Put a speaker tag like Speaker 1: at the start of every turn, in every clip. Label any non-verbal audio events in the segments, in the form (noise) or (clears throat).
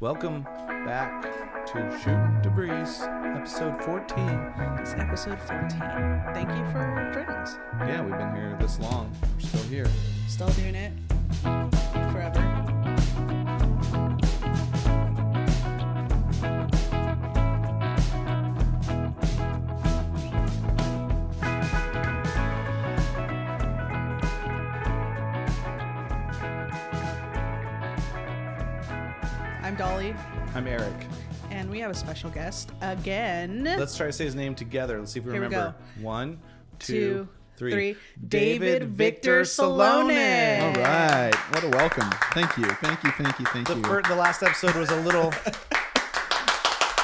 Speaker 1: Welcome back to Shooting the Breeze, episode 14.
Speaker 2: It's episode 14. Thank you for joining us.
Speaker 1: Yeah, we've been here this long. We're still here.
Speaker 2: Still doing it forever. I'm Dolly,
Speaker 1: I'm
Speaker 2: (laughs)
Speaker 1: Eric.
Speaker 2: and we have a special guest again.
Speaker 1: Let's try to say his name together. Let's see if we
Speaker 2: Here we
Speaker 1: remember. One, two,
Speaker 2: Two,
Speaker 1: three.
Speaker 2: three. David Victor Salone.
Speaker 1: All
Speaker 3: All
Speaker 1: right.
Speaker 3: right. What a welcome. Thank you. Thank you. Thank you. Thank
Speaker 1: The,
Speaker 3: you.
Speaker 1: fir- the last episode was a little.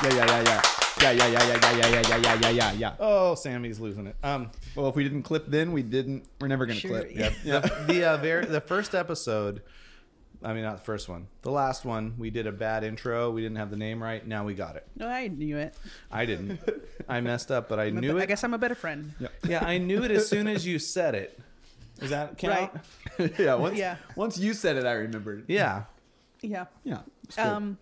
Speaker 3: yeah, yeah, yeah, yeah. Yeah, yeah, yeah, yeah, yeah, yeah, yeah, yeah, yeah, yeah, yeah.
Speaker 1: (laughs) Oh, Sammy's losing it. Um,
Speaker 3: Well, if we didn't clip then, we didn't. We're never going to
Speaker 2: Sure,
Speaker 3: clip.
Speaker 2: yeah.
Speaker 1: (laughs) the the, uh, very, the first episode, I mean, not the first one, the last one, we did a bad intro. We didn't have the name right. Now we got it.
Speaker 2: No, I knew it.
Speaker 1: I didn't. (laughs) I messed up, but I
Speaker 2: I'm a
Speaker 1: knew
Speaker 2: be-
Speaker 1: it.
Speaker 2: I guess I'm a better friend.
Speaker 1: Yeah, I knew it as soon as you said it. Is that count?
Speaker 2: Right.
Speaker 3: (laughs) yeah, once,
Speaker 2: Yeah.
Speaker 3: Once you said it, I remembered.
Speaker 1: Yeah.
Speaker 2: Yeah.
Speaker 3: Yeah. it's good.
Speaker 2: Um,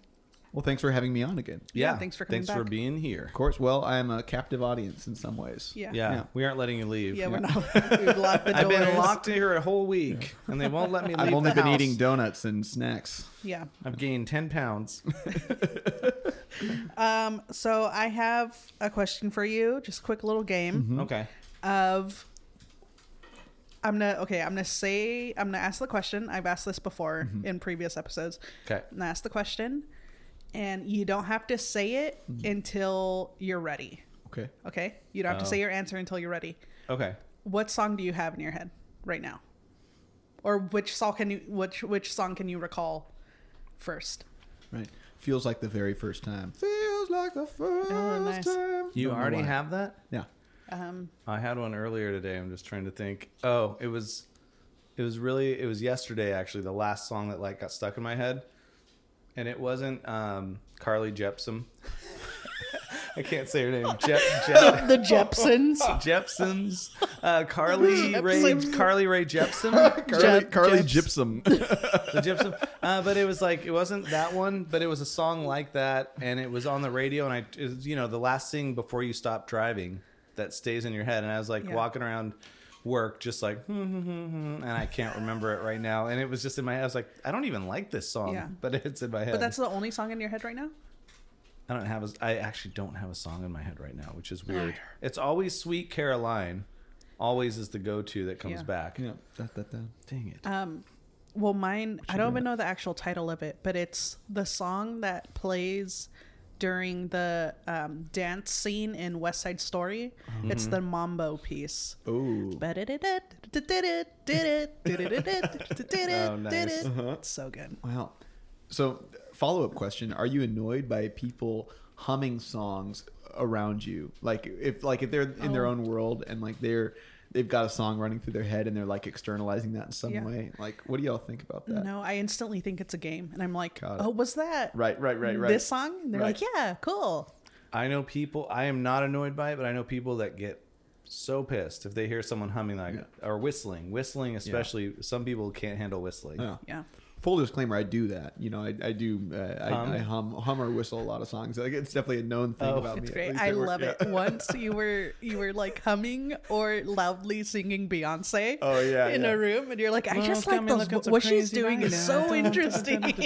Speaker 3: well, thanks for having me on again. Of
Speaker 1: Yeah.
Speaker 2: thanks for coming
Speaker 1: Thanks for
Speaker 2: back.
Speaker 1: being here.
Speaker 3: course. Well, I am a captive audience in some ways.
Speaker 2: yeah.
Speaker 1: Yeah.
Speaker 3: Yeah.
Speaker 1: We aren't letting you leave.
Speaker 2: Yeah,
Speaker 1: (laughs)
Speaker 2: we're not. We've locked the doors.
Speaker 1: I've been locked here a whole week and they won't let me leave.
Speaker 3: (laughs) I've only
Speaker 1: the
Speaker 3: been
Speaker 1: house.
Speaker 3: eating donuts and snacks.
Speaker 2: Yeah.
Speaker 1: I've gained 10 pounds.
Speaker 2: Um, so I have a question for you. Just a quick little game
Speaker 1: Okay.
Speaker 2: of I'm gonna okay, I'm gonna say I'm gonna ask the question. I've asked this before
Speaker 1: Mm-hmm.
Speaker 2: in previous episodes.
Speaker 1: Okay.
Speaker 2: I'm gonna ask the question and you don't have to say it
Speaker 1: Mm-hmm.
Speaker 2: until you're ready.
Speaker 3: Okay.
Speaker 2: Okay? You don't have
Speaker 1: Oh.
Speaker 2: to say your answer until you're ready.
Speaker 1: Okay.
Speaker 2: What song do you have in your head right now? Or which song can you which which song can you recall first?
Speaker 3: Right. Feels like the very first time. Feels like the first
Speaker 2: nice.
Speaker 3: time.
Speaker 1: You
Speaker 3: Don't know
Speaker 1: already
Speaker 3: why.
Speaker 1: have that?
Speaker 3: Yeah.
Speaker 2: Um
Speaker 1: I had one earlier today. I'm just trying to think. Oh, it was, it was really, it was yesterday actually. The last song that like got stuck in my head, and it wasn't um, Carly Jepsen. (laughs) I can't say her
Speaker 3: (laughs)
Speaker 1: name. Jep, Jep,
Speaker 2: The Jepsons.
Speaker 1: Jepsen's uh, Carly Ray
Speaker 2: Jepsen.
Speaker 1: Carly Ray Jepsen.
Speaker 3: (laughs) Carly,
Speaker 2: Jep-
Speaker 3: Carly
Speaker 1: (laughs)
Speaker 2: Jeps.
Speaker 3: Gypsum.
Speaker 1: the gypsum. Uh, but it was like it wasn't that one, but it was a song like that, and it was on the radio, and I, it was, you know, the last thing before you stop driving that stays in your head, and I was like
Speaker 2: Yeah.
Speaker 1: walking around work, just like, hmm, hmm, hmm, hmm, and I can't remember it right now, and it was just in my head. I was like, I don't even like this song,
Speaker 2: Yeah.
Speaker 1: but it's in my head.
Speaker 2: But that's the only song in your head right now?
Speaker 1: I don't have. A, I actually don't have a song in my head right now, which is weird. It's always "Sweet Caroline." Always is the go-to that comes
Speaker 2: Yeah.
Speaker 1: back.
Speaker 3: yeah. Da, da, da.
Speaker 1: Dang it!
Speaker 2: Um, well, mine, I don't even know the actual title of it, but it's the song that plays during the um, dance scene in West Side Story. It's the mambo piece.
Speaker 3: Oh.
Speaker 1: Oh, nice.
Speaker 2: It's so good.
Speaker 3: Wow. So, follow up question: Are you annoyed by people humming songs around you? Like, if like if they're in their
Speaker 2: Oh.
Speaker 3: own world and like they're they've got a song running through their head and they're like externalizing that in some
Speaker 2: Yeah.
Speaker 3: way. Like, what do y'all think about that?
Speaker 2: No, I instantly think it's a game, and I'm like,
Speaker 3: Got it.
Speaker 2: "Oh, was that
Speaker 3: Right, right, right, right.
Speaker 2: This song?" And they're
Speaker 3: Right.
Speaker 2: like, "Yeah, cool."
Speaker 1: I know people. I am not annoyed by it, but I know people that get so pissed if they hear someone humming like or whistling. Whistling, especially, some people can't handle whistling.
Speaker 3: Yeah.
Speaker 2: Yeah,
Speaker 3: Full disclaimer: I do that. You know, I, I do. Uh,
Speaker 1: Hum?
Speaker 3: I, I hum, hum or whistle a lot of songs. Like, it's definitely a known thing
Speaker 1: Oh.
Speaker 3: about
Speaker 2: it's
Speaker 3: me. at
Speaker 2: great.
Speaker 3: least
Speaker 2: I
Speaker 3: at work.
Speaker 2: love
Speaker 3: Yeah.
Speaker 2: it. Once you were you were like humming or loudly singing Beyonce.
Speaker 3: Oh yeah.
Speaker 2: in
Speaker 3: yeah.
Speaker 2: a room and you're like, I
Speaker 1: Well,
Speaker 2: just
Speaker 1: come
Speaker 2: like
Speaker 1: and
Speaker 2: those,
Speaker 1: look at
Speaker 2: what,
Speaker 1: some
Speaker 2: she's
Speaker 1: crazy
Speaker 2: doing is
Speaker 1: (laughs)
Speaker 2: so
Speaker 1: right now.
Speaker 2: interesting.
Speaker 3: (laughs)
Speaker 2: (laughs)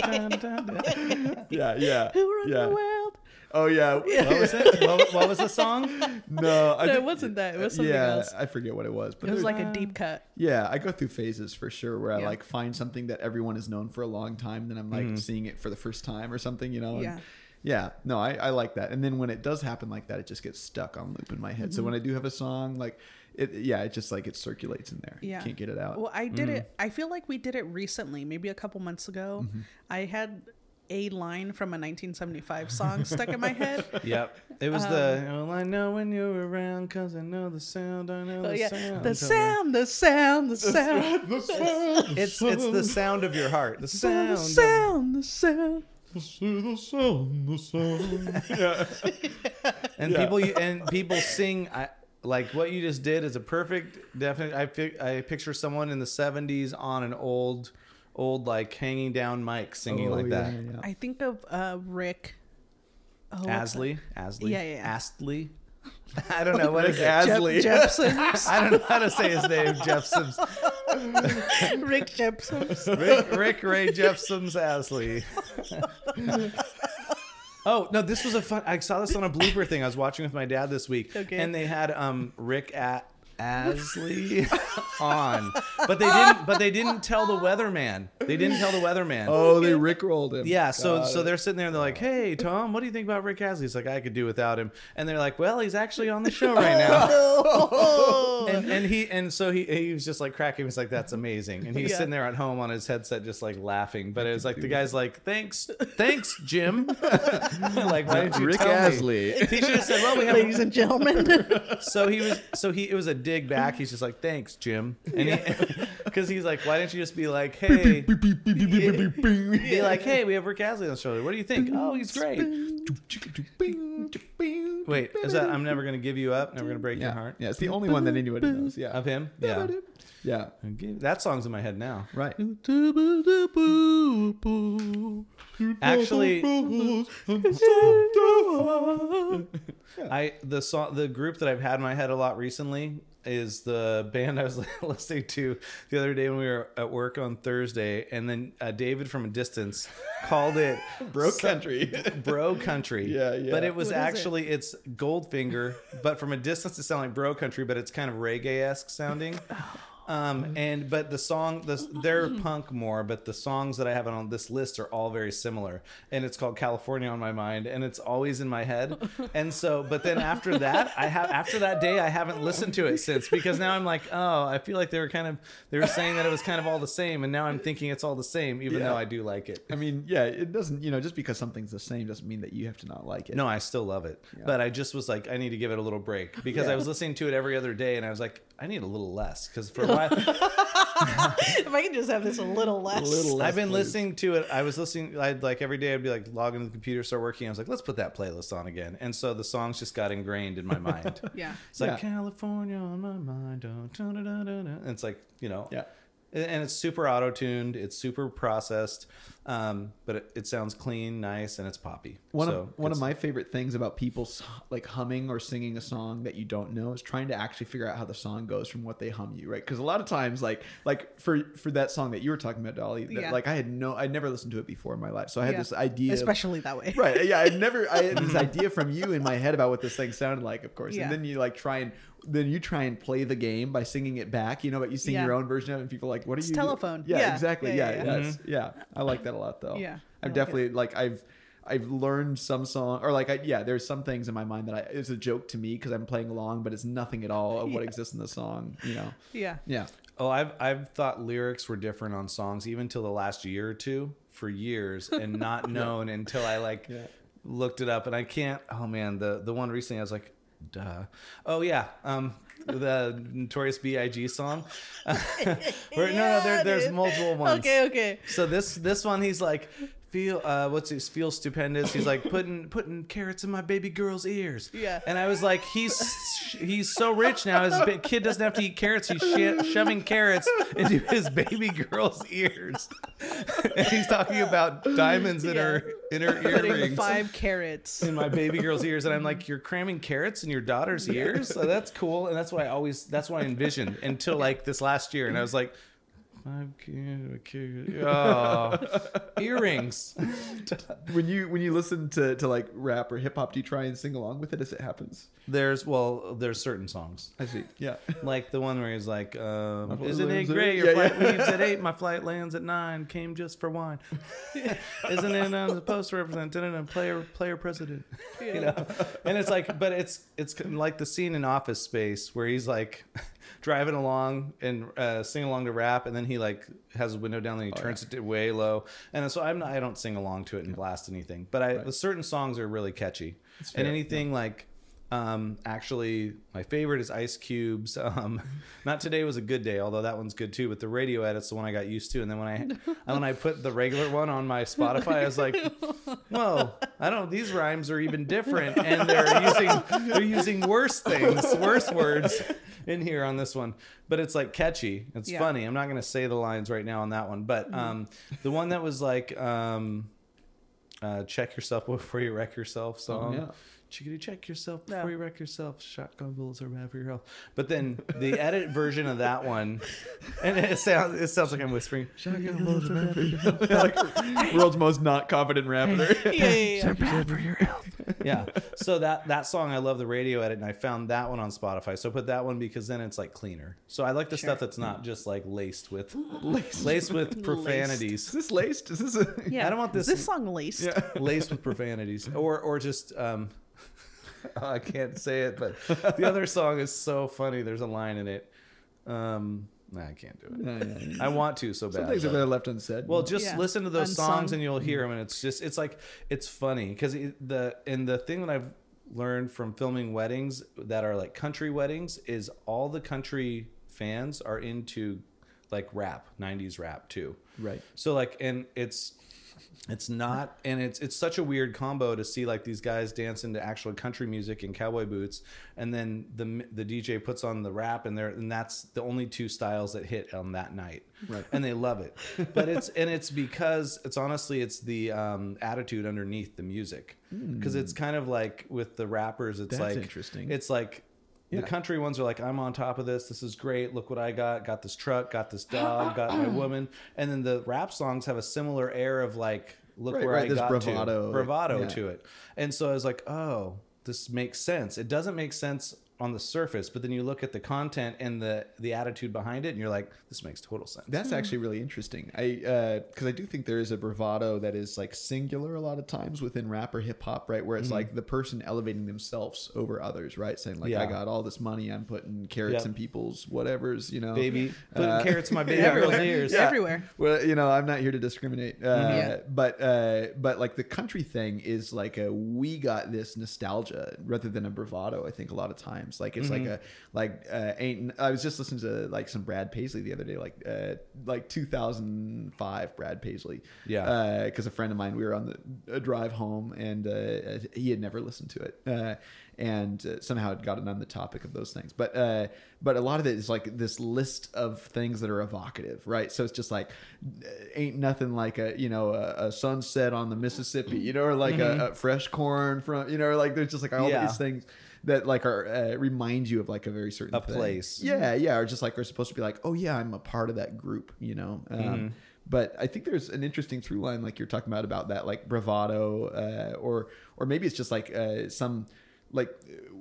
Speaker 3: yeah, yeah.
Speaker 2: Who run
Speaker 3: yeah.
Speaker 2: the world? (laughs)
Speaker 3: Oh yeah.
Speaker 1: What was it? (laughs) What, what was the song?
Speaker 3: No, I
Speaker 2: No, it
Speaker 3: think-
Speaker 2: wasn't that. It was something
Speaker 3: yeah,
Speaker 2: else.
Speaker 3: I forget what it was, but
Speaker 2: It was
Speaker 3: there's-
Speaker 2: like a deep cut.
Speaker 3: Yeah, I go through phases for sure where
Speaker 2: Yeah. Mm-hmm.
Speaker 3: I like find something that everyone has known for a long time, then I'm like seeing it for the first time or something, you know? and-
Speaker 2: Yeah.
Speaker 3: Yeah, no, I, I like that. And then when it does happen like that, it just gets stuck on loop in my head.
Speaker 2: Mm-hmm.
Speaker 3: So when I do have a song, like, it, yeah, it just like it circulates in there.
Speaker 2: Yeah.
Speaker 3: You can't get it out.
Speaker 2: Well, I did
Speaker 3: mm-hmm.
Speaker 2: it. I feel like we did it recently, maybe a couple months ago.
Speaker 3: Mm-hmm.
Speaker 2: I had a line from a 1975 song stuck in my
Speaker 1: (laughs)
Speaker 2: head.
Speaker 1: Yep, it was the. Well, I know when you're around, cause I know the sound. I know
Speaker 2: Oh,
Speaker 1: the
Speaker 2: yeah.
Speaker 1: sound.
Speaker 2: The sound, the sound, the sound, the
Speaker 1: It's it's the sound of your heart. (laughs) The sound. of-
Speaker 2: sound, the sound.
Speaker 1: and people
Speaker 3: (laughs)
Speaker 1: you and people sing I, like what you just did is a perfect definite I fi- I picture someone in the 70s on an old old like hanging down mic singing
Speaker 3: Oh,
Speaker 1: like that.
Speaker 3: yeah, yeah.
Speaker 2: I think of uh, Rick. Oh, what's that?
Speaker 1: Asley, Asley,
Speaker 2: Yeah, yeah, yeah.
Speaker 1: Astley. (laughs) I don't know what is
Speaker 2: Jep-
Speaker 1: Asley.
Speaker 2: Jep Sims.
Speaker 1: (laughs) I don't know how to say his name. Jeff Sims.
Speaker 2: (laughs) Rick
Speaker 1: (laughs)
Speaker 2: Jepsons.
Speaker 1: Rick, Rick Ray Jeff Sims Asley. oh no, this was a fun. I saw this on a blooper thing I was watching with my dad this week,
Speaker 2: Okay.
Speaker 1: and they had um Rick at Asley (laughs) on, but they didn't. But they didn't tell the weatherman. They didn't tell the weatherman.
Speaker 3: Oh, they rickrolled
Speaker 1: (laughs)
Speaker 3: him.
Speaker 1: Yeah, so
Speaker 3: Got
Speaker 1: so
Speaker 3: it.
Speaker 1: they're sitting there and they're like, "Hey, Tom, what do you think about Rick Astley?" He's like, "I could do without him," and they're like, "Well, he's actually on the show right now." and, and he and so he he was just like cracking. He was like, "That's amazing," and he's
Speaker 2: Yeah.
Speaker 1: sitting there at home on his headset just like laughing. But it was like the guy's like, "Thanks, thanks, Jim." (laughs) like, why did you
Speaker 3: Rick
Speaker 1: tell me?
Speaker 2: (laughs)
Speaker 3: Asley.
Speaker 1: He should have said, "Well, we have
Speaker 2: Ladies and gentlemen.
Speaker 1: (laughs) so he was so he it was a dig back he's just like thanks jim and (laughs) because he's like why don't you just be like hey be like hey we have rick asley on the show what do you think oh he's great
Speaker 2: (laughs)
Speaker 1: wait is that i'm never gonna give you up never gonna break your
Speaker 3: yeah.
Speaker 1: heart
Speaker 3: yeah, it's the only one that anybody knows. Yeah.
Speaker 1: of him yeah
Speaker 3: Yeah.
Speaker 1: that song's in my head now (laughs)
Speaker 3: Right.
Speaker 1: Actually- i the song the group that i've had in my head a lot recently is the band i was (laughs) listening to the other day when we were at work on thursday and then uh, david from a distance called it
Speaker 3: broke country.
Speaker 1: bro country.
Speaker 3: Yeah, yeah.
Speaker 1: But it was
Speaker 2: What is it?
Speaker 1: actually it's Goldfinger, but from a distance it sounded like bro country, but it's kind of reggae esque sounding.
Speaker 2: Oh,
Speaker 1: Um, and but the song, the, they're
Speaker 2: Mm-hmm.
Speaker 1: punk more, but the songs that I have on this list are all very similar. And it's called California on my mind, and it's always in my
Speaker 2: (laughs)
Speaker 1: head. And so, but then after that, I have after that day, I haven't listened to it since because now I'm like, oh, I feel like they were kind of they were saying that it was kind of all the same, and now I'm thinking it's all the same, even
Speaker 3: Yeah.
Speaker 1: though I do like it.
Speaker 3: I mean, yeah, it doesn't, you know, just because something's the same doesn't mean that you have to not like it.
Speaker 1: No, I still love it. But I just was like, I need to give it a little break because I was listening to it every other day and I was like, I need a little less because for a while
Speaker 2: if I can just have this a little less.
Speaker 3: Little (laughs) less.
Speaker 1: I've been
Speaker 3: please.
Speaker 1: listening to it. I was listening, I'd like every day I'd be like, log into the computer, start working. I was like, let's put that playlist on again. And so the songs just got ingrained in my mind.
Speaker 3: (laughs)
Speaker 2: Yeah.
Speaker 1: It's like California on my mind. oh, da-da-da-da-da." And it's like, you know,
Speaker 3: Yeah.
Speaker 1: and and it's super auto tuned, it's super processed, um, but it, it sounds clean, nice, and it's poppy.
Speaker 3: One
Speaker 1: So
Speaker 3: of one
Speaker 1: it's-
Speaker 3: of my favorite things about people s- like humming or singing a song that you don't know is trying to actually figure out how the song goes from what they hum you, right? Because a lot of times, like like for for that song that you were talking about, Dolly, that,
Speaker 2: Yeah.
Speaker 3: like I had no, I never listened to it before in my life, so I had
Speaker 2: Yeah.
Speaker 3: this idea, of-
Speaker 2: Especially that way.
Speaker 3: right? Yeah, I never, I had this idea from you in my head about what this thing sounded like, of course,
Speaker 2: Yeah.
Speaker 3: and then you like try and then you try and play the game by singing it back, you know, but you sing
Speaker 2: Yeah.
Speaker 3: your own version of it, and people are like, what are
Speaker 2: It's
Speaker 3: you?
Speaker 2: telephone.
Speaker 3: Yeah,
Speaker 2: Yeah.
Speaker 3: exactly.
Speaker 2: Yeah,
Speaker 3: Yeah,
Speaker 2: yeah,
Speaker 3: yeah,
Speaker 2: yeah.
Speaker 3: it's- yeah. I like that a lot though.
Speaker 2: Yeah, I
Speaker 3: I've
Speaker 2: like
Speaker 3: definitely like I've I've learned some song or like I, yeah, there's some things in my mind that I it's a joke to me because I'm playing along, but it's nothing at all of what
Speaker 2: Yeah.
Speaker 3: exists in the song. You know.
Speaker 2: Yeah.
Speaker 3: Yeah.
Speaker 1: Oh, I've I've thought lyrics were different on songs even till the last year or two for years
Speaker 2: (laughs)
Speaker 1: and not known until I like looked it up and I can't. Oh man, the the one recently I was like, duh. Oh yeah, um, the Notorious B.I.G. song. (laughs) Where- no, no, there,
Speaker 2: Yeah,
Speaker 1: there's
Speaker 2: dude.
Speaker 1: multiple ones.
Speaker 2: Okay, okay.
Speaker 1: So this this one he's like feel uh what's his feel stupendous he's like putting putting carrots in my baby girl's ears
Speaker 2: Yeah.
Speaker 1: and i was like he's he's so rich now his ba- kid doesn't have to eat carrots he's sho- shoving carrots into his baby girl's ears (laughs) and he's talking about diamonds in
Speaker 2: Yeah.
Speaker 1: her in her
Speaker 2: Putting
Speaker 1: earrings (laughs)
Speaker 2: five carrots.
Speaker 1: in my baby girl's ears and i'm like you're cramming carrots in your daughter's ears so that's cool and that's what i always that's what i envisioned until like this last year and i was like I'm kidding. Oh, earrings.
Speaker 3: When you when you listen to to like rap or hip hop, do you try and sing along with it as it happens?
Speaker 1: There's well, there's certain songs
Speaker 3: I see. Yeah.
Speaker 1: like the one where he's like, um,
Speaker 3: flight
Speaker 1: "Isn't it
Speaker 3: lands at
Speaker 1: great?
Speaker 3: eight."
Speaker 1: Your
Speaker 3: Yeah,
Speaker 1: flight
Speaker 3: yeah.
Speaker 1: leaves at eight. My flight lands at nine. Came just for
Speaker 3: (laughs)
Speaker 1: wine. Isn't it I'm supposed to represent da-da-da, player player president? (laughs)
Speaker 2: Yeah.
Speaker 1: you know and it's like but it's it's like the scene in office space where he's like (laughs) driving along and uh, singing along to rap and then he like has a window down and he
Speaker 3: Oh,
Speaker 1: turns it way low and so i'm not i don't sing along to it and blast anything but i certain songs are really catchy and
Speaker 3: fair,
Speaker 1: anything like um actually my favorite is ice cubes (laughs) um not today was a good day although that one's good too but the radio edit's the one i got used to and then when i and when i put the regular one on my spotify i was like whoa i don't these rhymes are even different and they're using they're using worse things worse words in here on this one, but it's like catchy. It's
Speaker 2: Yeah.
Speaker 1: funny. I'm not gonna say the lines right now on that one, but um, the one that was like um, uh, check yourself before you wreck yourself song.
Speaker 3: yeah.
Speaker 1: Chickadee, check yourself
Speaker 2: Yeah.
Speaker 1: before you wreck yourself. Shotgun bullets are bad for your health. But then the edit version of that one, (laughs) and it sounds it sounds like I'm whispering. Shotgun bullets are bad for your health.
Speaker 3: like world's most not confident rapper.
Speaker 2: yeah, yeah, yeah.
Speaker 1: yeah. So that that song, I love the radio edit, and I found that one on Spotify. So I put that one because then it's like cleaner. So I like the stuff that's not just like laced with laced, with
Speaker 3: (laughs) Is
Speaker 1: profanities.
Speaker 3: this laced?
Speaker 1: (laughs)
Speaker 3: Is this a...
Speaker 2: Yeah.
Speaker 1: I don't want
Speaker 2: Is
Speaker 1: this-
Speaker 2: this song laced.
Speaker 3: Yeah.
Speaker 1: (laughs) laced with profanities, or or just um, (laughs) I can't say it, but the other song is so funny. There's a line in it. Um, nah, I can't do it.
Speaker 3: No, no, no.
Speaker 1: I want to so bad.
Speaker 3: Some things are
Speaker 1: but-
Speaker 3: better Mm-hmm. left unsaid.
Speaker 1: Well, just
Speaker 2: Yeah.
Speaker 1: listen to those
Speaker 2: Unsung.
Speaker 1: songs and you'll hear them, and it's just it's like it's funny because the and the thing that I've learned from filming weddings that are like country weddings is all the country fans are into like rap, '90s rap too.
Speaker 3: right.
Speaker 1: So like, and it's it's not, and it's it's such a weird combo to see like these guys dance into actual country music in cowboy boots, and then the m- the DJ puts on the rap, and there and that's the only two styles that hit on that night,
Speaker 3: Right.
Speaker 1: And they love it, but it's and it's because it's honestly it's the um, attitude underneath the music, because it's kind of like with the rappers, it's
Speaker 3: Hmm. That's
Speaker 1: like
Speaker 3: interesting.
Speaker 1: It's like.
Speaker 3: Yeah.
Speaker 1: The country ones are like, I'm on top of this. This is great. Look what I got. Got this truck. Got this dog. got
Speaker 3: (gasps)
Speaker 1: my woman. And then the rap songs have a similar air of like, look
Speaker 3: Right,
Speaker 1: where
Speaker 3: right,
Speaker 1: I
Speaker 3: this
Speaker 1: got
Speaker 3: bravado,
Speaker 1: to.
Speaker 3: like,
Speaker 1: Bravado
Speaker 3: yeah.
Speaker 1: to it. And so I was like, oh, this makes sense. It doesn't make sense on the surface, but then you look at the content and the the attitude behind it, and you're like, this makes total sense.
Speaker 3: That's actually really interesting. I because I do think there is a bravado that is like singular a lot of times within rap or hip hop, right? Where it's
Speaker 1: Mm-hmm.
Speaker 3: like the person elevating themselves over others, right? Saying like, "I
Speaker 1: Yeah.
Speaker 3: got all this money. I'm putting carrots
Speaker 1: Yep.
Speaker 3: in people's whatever's," you know,
Speaker 1: baby, putting
Speaker 3: Uh,
Speaker 1: carrots
Speaker 3: (laughs)
Speaker 1: in my baby
Speaker 2: Everywhere.
Speaker 1: girl's ears.
Speaker 2: Yeah. Everywhere.
Speaker 3: Well, you know, I'm not here to discriminate. Uh,
Speaker 2: Yeah.
Speaker 3: But uh, but like the country thing is like a we got this nostalgia rather than a bravado. I think a lot of times like it's like a like uh, ain't. I was just listening to like some Brad Paisley the other day, like uh, like 2005 Brad Paisley. Uh,
Speaker 1: Yeah.
Speaker 3: Because a friend of mine, we were on the a drive home, and uh, he had never listened to it, uh, and uh, somehow it got it on the topic of those things. But uh, but a lot of it is like this list of things that are evocative, right? So it's just like uh, ain't nothing like a you know a, a sunset on the Mississippi, you know, or like a, a fresh corn from you know, or like there's just like all
Speaker 1: Yeah.
Speaker 3: these things that like are uh, remind you of like a very certain
Speaker 1: A
Speaker 3: thing.
Speaker 1: place.
Speaker 3: Yeah, yeah, or just like we're supposed to be like, oh yeah, I'm a part of that group, you know. Um,
Speaker 1: Mm-hmm.
Speaker 3: But I think there's an interesting through line, like you're talking about, about that like bravado, uh, or or maybe it's just like uh, some like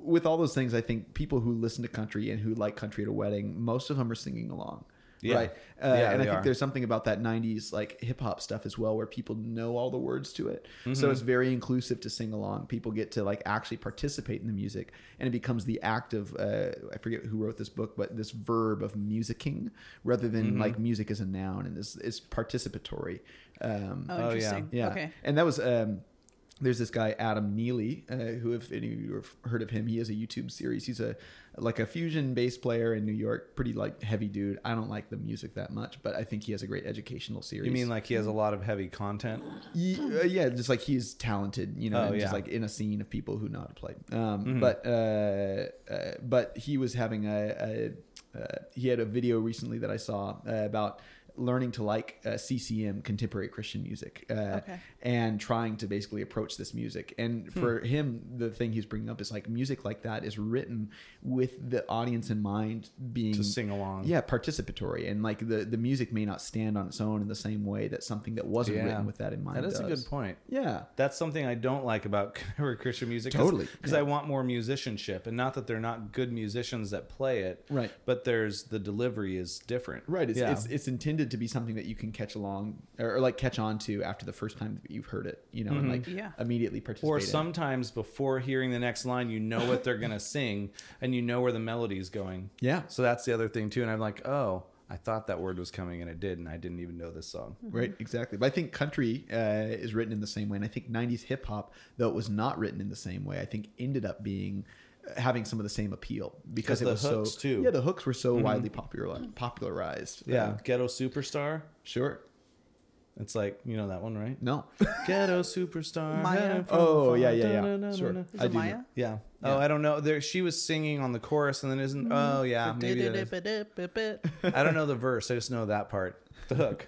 Speaker 3: with all those things. I think people who listen to country and who like country at a wedding, most of them are singing along.
Speaker 1: Yeah.
Speaker 3: Right. Uh,
Speaker 1: Yeah,
Speaker 3: and I
Speaker 1: they
Speaker 3: think
Speaker 1: are.
Speaker 3: there's something about that 90s like hip hop stuff as well where people know all the words to it. So it's very inclusive to sing along. People get to like actually participate in the music and it becomes the act of uh, I forget who wrote this book but this verb of musicking rather than like music as a noun and this is participatory. Um
Speaker 2: Oh,
Speaker 1: yeah.
Speaker 2: interesting.
Speaker 3: yeah.
Speaker 2: Okay.
Speaker 3: And that was um there's this guy Adam Neely, uh, who if any of you have heard of him, he has a YouTube series. He's a like a fusion bass player in New York, pretty like heavy dude. I don't like the music that much, but I think he has a great educational series.
Speaker 1: You mean like he has a lot of heavy content?
Speaker 3: Ye- uh, yeah, just like he's talented, you know,
Speaker 1: Oh,
Speaker 3: and just
Speaker 1: yeah. Mm-hmm.
Speaker 3: like in a scene of people who know how to play. Um, But uh, uh, but he was having a, a uh, he had a video recently that I saw uh, about learning to like uh, CCM contemporary Christian music uh,
Speaker 2: Okay.
Speaker 3: and trying to basically approach this music. And
Speaker 1: Hmm.
Speaker 3: for him, the thing he's bringing up is like music like that is written with the audience in mind, being
Speaker 1: To sing along.
Speaker 3: Mm. Yeah, participatory, and like the the music may not stand on its own in the same way that something that wasn't
Speaker 1: Yeah.
Speaker 3: written with that in mind.
Speaker 1: That is a
Speaker 3: does.
Speaker 1: good point.
Speaker 3: Yeah.
Speaker 1: that's something I don't like about (laughs) contemporary Christian music.
Speaker 3: Totally,
Speaker 1: because
Speaker 3: yeah.
Speaker 1: I want more musicianship, and not that they're not good musicians that play it,
Speaker 3: Right.
Speaker 1: But there's the delivery is different,
Speaker 3: Right. It's,
Speaker 1: yeah,
Speaker 3: it's it's intended to be something that you can catch along or, or, like catch on to after the first time that you've heard it, you know, and like
Speaker 2: Yeah.
Speaker 3: immediately participate.
Speaker 1: Mm-hmm. or
Speaker 3: in.
Speaker 1: sometimes before hearing the next line, you know what they're gonna sing, and you know where the melody is going.
Speaker 3: Yeah.
Speaker 1: So that's the other thing too, and I'm like, oh, I thought that word was coming, and it did, and I didn't even know this song.
Speaker 3: Right, exactly. But I think country uh, is written in the same way, and I think '90s hip hop, though it was not written in the same way, I think ended up being uh, having some of the same appeal because
Speaker 1: Because
Speaker 3: it
Speaker 1: the
Speaker 3: was
Speaker 1: hooks,
Speaker 3: so
Speaker 1: too. Mm-hmm.
Speaker 3: yeah the hooks were so widely popular popularized
Speaker 1: Yeah,
Speaker 3: Uh,
Speaker 1: ghetto superstar.
Speaker 3: sure
Speaker 1: It's like you know that one,
Speaker 3: (laughs)
Speaker 1: right?
Speaker 3: No.
Speaker 1: Ghetto superstar.
Speaker 2: Maya?
Speaker 1: headed for the
Speaker 3: Oh, yeah,
Speaker 1: fall.
Speaker 3: yeah, yeah.
Speaker 1: Da-na-na-na-na.
Speaker 3: Sure.
Speaker 2: Is
Speaker 3: I
Speaker 2: it
Speaker 3: do know.
Speaker 2: Maya?
Speaker 1: Yeah. Oh, I don't know. There, she was singing on the chorus, and then isn't.
Speaker 2: Mm-hmm.
Speaker 1: Oh, yeah, maybe that is.
Speaker 2: I
Speaker 1: I don't know the verse. I just know that part, the hook,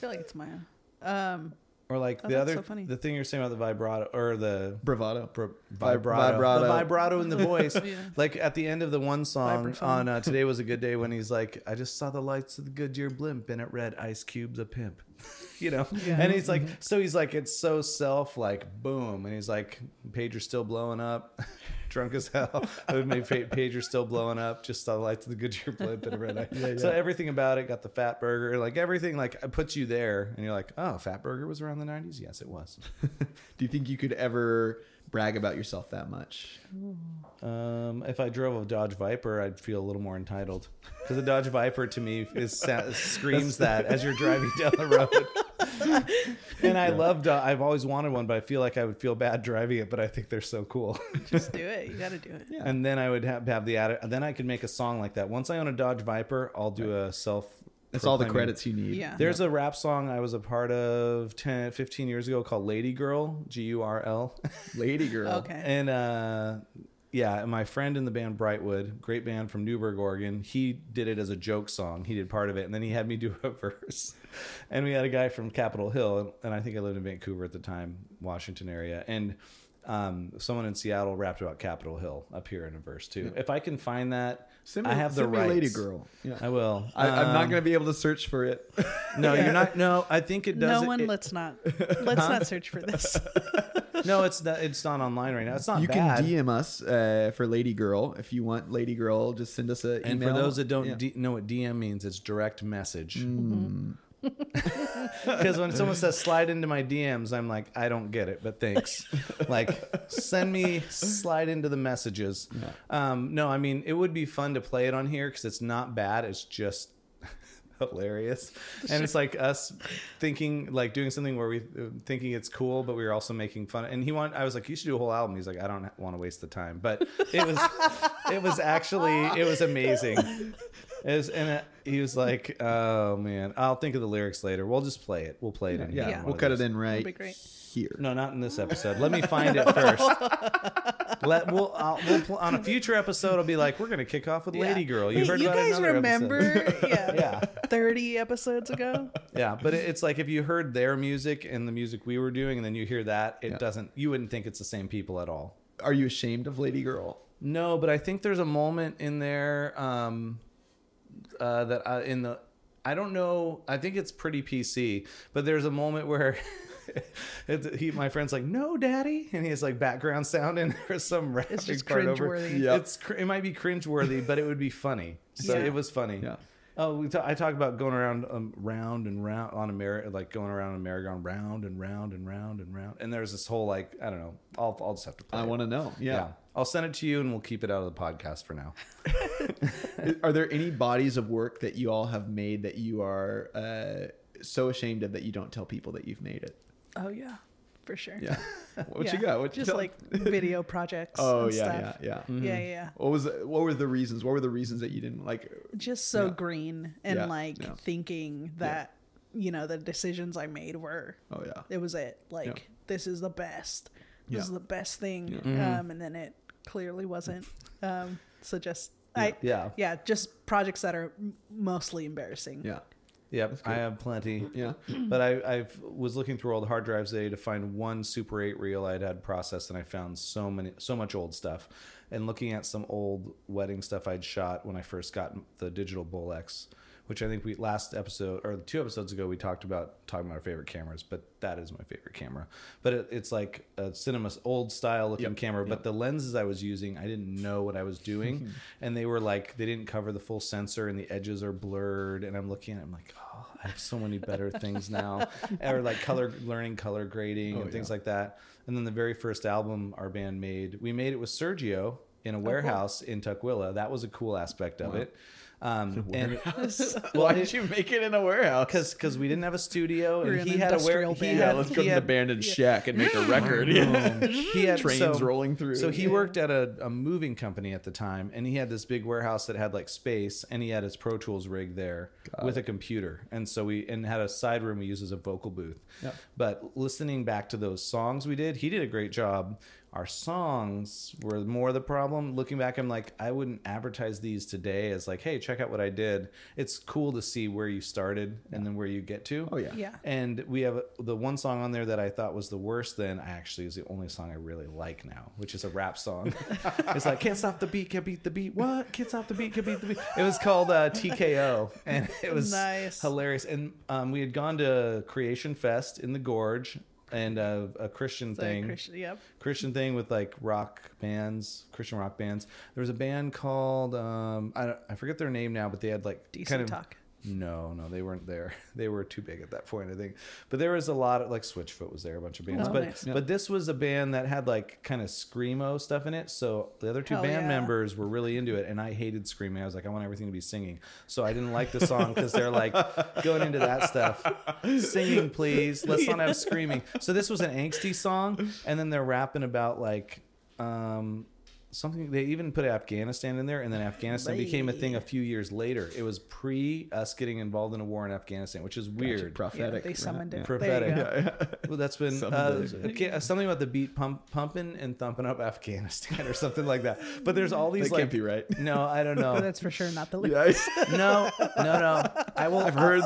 Speaker 2: feel like it's Maya. Um,
Speaker 1: or like
Speaker 2: Oh,
Speaker 1: the
Speaker 2: that's
Speaker 1: other
Speaker 2: so funny.
Speaker 1: the thing you're saying about the vibrato or the
Speaker 3: Bravado.
Speaker 1: br-
Speaker 3: Vi-
Speaker 1: vibrato,
Speaker 3: vibrato.
Speaker 1: the vibrato in the voice.
Speaker 2: Yeah.
Speaker 1: Like at the end of the one song
Speaker 2: Vibraphone.
Speaker 1: on uh, "Today Was a Good Day" when he's like, "I just saw the lights of the Goodyear blimp and it read Ice Cube's a pimp," (laughs) you know. And he's like, so he's like, it's so self like boom, and he's like, "Pager's still blowing up." (laughs) Drunk as hell. My fa- pager's still blowing up. Just saw the lights of the Goodyear blimp and it read. Ice. So everything about it got the fat burger, like everything, like it puts you there, and you're like, oh, fat burger was around the '90s. Yes, it was.
Speaker 3: Do you think you could ever brag about yourself that much?
Speaker 1: Um, if I drove a Dodge Viper, I'd feel a little more entitled because the Dodge Viper to me is
Speaker 3: (laughs)
Speaker 1: sa- screams that as you're driving down the road.
Speaker 3: (laughs)
Speaker 1: and I loved. Uh, I've always wanted one, but I feel like I would feel bad driving it. But I think they're so cool.
Speaker 2: just do it. You gotta do it.
Speaker 3: Yeah.
Speaker 1: And then I would have, have the atti- then I could make a song like that. Once I own a Dodge Viper, I'll do a self.
Speaker 3: That's all the
Speaker 1: proclaiming-
Speaker 3: credits you need.
Speaker 2: Yeah.
Speaker 1: There's a rap song I was a part of 10, 15 years ago called Lady Girl, G U R L.
Speaker 3: Lady girl.
Speaker 2: Okay.
Speaker 1: And uh, yeah, and my friend in the band Brightwood, great band from Newburgh, Oregon, he did it as a joke song. He did part of it, and then he had me (laughs) do a verse. And we had a guy from Capitol Hill, and I think I lived in Vancouver at the time, Washington area, and um, someone in Seattle rapped about Capitol Hill up here in a verse too. If I can find that,
Speaker 3: Send me,
Speaker 1: I have
Speaker 3: send
Speaker 1: the
Speaker 3: me
Speaker 1: rights.
Speaker 3: Lady girl. Yeah.
Speaker 1: I will.
Speaker 3: I, I'm not
Speaker 1: Um,
Speaker 3: going to be able to search for it.
Speaker 1: No,
Speaker 3: (laughs)
Speaker 1: you're not. No, I think it does.
Speaker 2: No one.
Speaker 1: it,
Speaker 2: let's not. Let's not search for
Speaker 3: (laughs)
Speaker 2: this.
Speaker 1: No, it's not. It's not online right now. It's not
Speaker 3: you
Speaker 1: bad.
Speaker 3: can DM us uh, for Lady Girl if you want Lady Girl. Just send us an
Speaker 1: And
Speaker 3: email.
Speaker 1: for those that don't
Speaker 3: Yeah. Hmm.
Speaker 1: D- know what DM means, it's direct message. Because when someone says slide into my DMs, I'm like, I don't get it, but
Speaker 3: (laughs)
Speaker 1: thanks. like, send me slide into the messages. Um, no, I mean, it would be fun to play it on here because it's not bad. It's just (laughs) hilarious. And it's like us thinking, like doing something where we uh, thinking it's cool, but we were also making fun. And he want, I was like, you should do a whole album. He's like, I don't want to waste the time. But it
Speaker 3: (laughs)
Speaker 1: was, it was actually, it was amazing. It was, and uh he was like, oh man, I'll think of the lyrics later. We'll just play it. We'll play it in
Speaker 3: yeah,
Speaker 1: here.
Speaker 2: Yeah.
Speaker 1: on
Speaker 3: we'll
Speaker 1: one
Speaker 3: cut
Speaker 1: of
Speaker 3: it
Speaker 1: these.
Speaker 3: in right
Speaker 2: be great.
Speaker 3: here.
Speaker 1: No, not in this episode. Let me find it first. Let we'll, I'll, we'll pl- on a future episode. I'll be like, we're gonna kick off with Lady
Speaker 2: Yeah.
Speaker 1: Girl.
Speaker 2: Wait,
Speaker 1: You heard
Speaker 2: you
Speaker 1: about
Speaker 2: guys
Speaker 1: another
Speaker 2: remember?
Speaker 1: Episode.
Speaker 3: (laughs)
Speaker 2: Yeah.
Speaker 1: (laughs) Yeah.
Speaker 2: Thirty episodes ago.
Speaker 1: Yeah, but it- it's like if you heard their music and the music we were doing, and then you hear that, it
Speaker 3: Yeah.
Speaker 1: doesn't. You wouldn't think it's the same people at all.
Speaker 3: Are you ashamed of Lady Girl?
Speaker 1: No, but I think there's a moment in there um, uh, that I, in the I don't know. I think it's pretty PC, but there's a moment where (laughs) it's, he, my friend's like, "No, Daddy," and he has like background sound and there's some rapping
Speaker 2: just
Speaker 1: part over.
Speaker 2: cringeworthy.
Speaker 3: Yep.
Speaker 1: It's cr- it might be cringeworthy, but it would be funny. So
Speaker 2: Yeah.
Speaker 1: it was funny.
Speaker 3: Yeah.
Speaker 1: Oh, we ta- I talk about going around um, round and round on a merry, like going around a merry-go-round, round and round and round and round. And there's this whole like I don't know. I'll I'll just have to play.
Speaker 3: I
Speaker 1: it.
Speaker 3: want to know. Yeah.
Speaker 1: I'll send it to you and we'll keep it out of the podcast for now.
Speaker 3: Are there any bodies of work that you all have made that you are uh, so ashamed of that you don't tell people that you've made it?
Speaker 2: Oh yeah, for sure. (laughs)
Speaker 3: Yeah. What
Speaker 2: Yeah.
Speaker 3: you got? What you
Speaker 2: Just
Speaker 3: tell-
Speaker 2: like
Speaker 3: (laughs)
Speaker 2: video projects.
Speaker 3: Oh
Speaker 2: and
Speaker 3: yeah, Mm-hmm.
Speaker 2: stuff.
Speaker 3: yeah, yeah.
Speaker 4: Mm-hmm.
Speaker 2: yeah, yeah, yeah.
Speaker 3: What was the, what were the reasons? What were the reasons that you didn't like?
Speaker 2: Just so
Speaker 3: Yeah.
Speaker 2: green and
Speaker 3: Yeah,
Speaker 2: like
Speaker 3: yeah.
Speaker 2: thinking that you know the decisions I made were
Speaker 3: Oh yeah.
Speaker 2: it was it like this is the best this
Speaker 3: Yeah.
Speaker 2: is the best thing
Speaker 3: Yeah.
Speaker 2: um and then it clearly wasn't um so just i
Speaker 1: Yeah.
Speaker 2: yeah just projects that are m- mostly embarrassing
Speaker 3: Yeah.
Speaker 1: (laughs) Yep. I have plenty. (clears throat)
Speaker 3: Yeah.
Speaker 1: But I I was looking through old hard drives today to find one Super 8 reel I'd had processed, and I found so many, so much old stuff. And looking at some old wedding stuff I'd shot when I first got the digital Bolex, which I think we last episode or two episodes ago we talked about talking about our favorite cameras, but that is my favorite camera. But it, it's like a cinema old style looking
Speaker 3: Yep.
Speaker 1: camera, but the lenses I was using, I didn't know what I was
Speaker 3: (laughs)
Speaker 1: doing, and they were like they didn't cover the full sensor, and the edges are blurred. And I'm looking at, it, I'm like, oh, I have so many better things
Speaker 3: (laughs)
Speaker 1: now, or like color learning, color grading,
Speaker 3: Oh,
Speaker 1: and things
Speaker 3: yeah.
Speaker 1: like that. And then the very first album our band
Speaker 3: Oh,
Speaker 1: made, we made it with Sergio in a warehouse in Tukwila. That was a cool aspect of it.
Speaker 3: (laughs)
Speaker 1: Um, and (laughs)
Speaker 3: Why did you make it in a warehouse?
Speaker 1: because because we didn't have a studio
Speaker 2: were
Speaker 1: and
Speaker 2: in
Speaker 1: he
Speaker 2: an
Speaker 1: had a where
Speaker 2: industrial
Speaker 1: he
Speaker 2: band.
Speaker 1: had,
Speaker 2: Yeah,
Speaker 1: he had- (laughs)
Speaker 4: abandoned shack and make
Speaker 2: (gasps)
Speaker 4: a record. (laughs)
Speaker 3: (laughs)
Speaker 1: he had
Speaker 3: Trains
Speaker 1: so-
Speaker 3: rolling through.
Speaker 1: So he worked at a, a moving company at the time, and he had this big warehouse that had like space, and he had his Pro Tools rig there with a computer, and so we and had a side room we used as a vocal booth.
Speaker 3: Yep.
Speaker 1: But listening back to those songs we did, he did a great job. Our songs were more the problem. Looking back, I'm like, I wouldn't advertise these today as like, hey, check out what I did. It's cool to see where you started and then where you get to.
Speaker 3: Oh yeah.
Speaker 2: Yeah.
Speaker 1: And we have the one song on there that I thought was the worst. Then actually is the only song I really like now, which is a rap
Speaker 2: (laughs)
Speaker 1: song. it's like can't stop the beat, can't beat the beat. What can't stop the beat, can't beat the beat. It was called uh, TKO, and it was
Speaker 2: Nice.
Speaker 1: hilarious. And um, we had gone to Creation Fest in the Gorge and uh, a Christian
Speaker 2: The
Speaker 1: thing.
Speaker 2: Christian- yep.
Speaker 1: Christian thing with like rock bands, Christian rock bands. There was a band called um, I, don't- I forget their name now, but they had like
Speaker 2: DC Talk.
Speaker 1: No, no, they weren't there. (laughs) They were too big at that point, I think. But there was a lot of like Switchfoot was there, a bunch of bands.
Speaker 2: Oh,
Speaker 1: but
Speaker 2: nice.
Speaker 1: but this was a band that had like kind of screamo stuff in it. So the other two
Speaker 2: Hell
Speaker 1: band
Speaker 2: yeah.
Speaker 1: members were really into it, and I hated screaming. I was like, I want everything to be singing. So I didn't like the song because they're like going into that stuff, singing please. Let's not have screaming. So this was an angsty song, and then they're rapping about like. um Something they even put Afghanistan in there, and then Afghanistan became a thing a few years later. It was pre us getting involved in a war in Afghanistan, which is weird.
Speaker 2: Yeah,
Speaker 3: Prophetic.
Speaker 2: they
Speaker 3: right?
Speaker 2: summoned it.
Speaker 1: Prophetic.
Speaker 2: There you go.
Speaker 3: Yeah, yeah.
Speaker 1: Well, that's been
Speaker 3: Some
Speaker 1: uh,
Speaker 3: days, yeah.
Speaker 1: okay, uh, something about the beat pump, pumping and thumping up Afghanistan or something like that. But there's all these
Speaker 3: That
Speaker 1: like
Speaker 3: can't be
Speaker 2: (laughs)
Speaker 3: right. (laughs)
Speaker 1: No, I don't
Speaker 2: But
Speaker 1: know.
Speaker 2: Oh, that's for sure not the (laughs) lyrics.
Speaker 3: Yeah.
Speaker 1: no, no, no. I will. I've
Speaker 3: Heard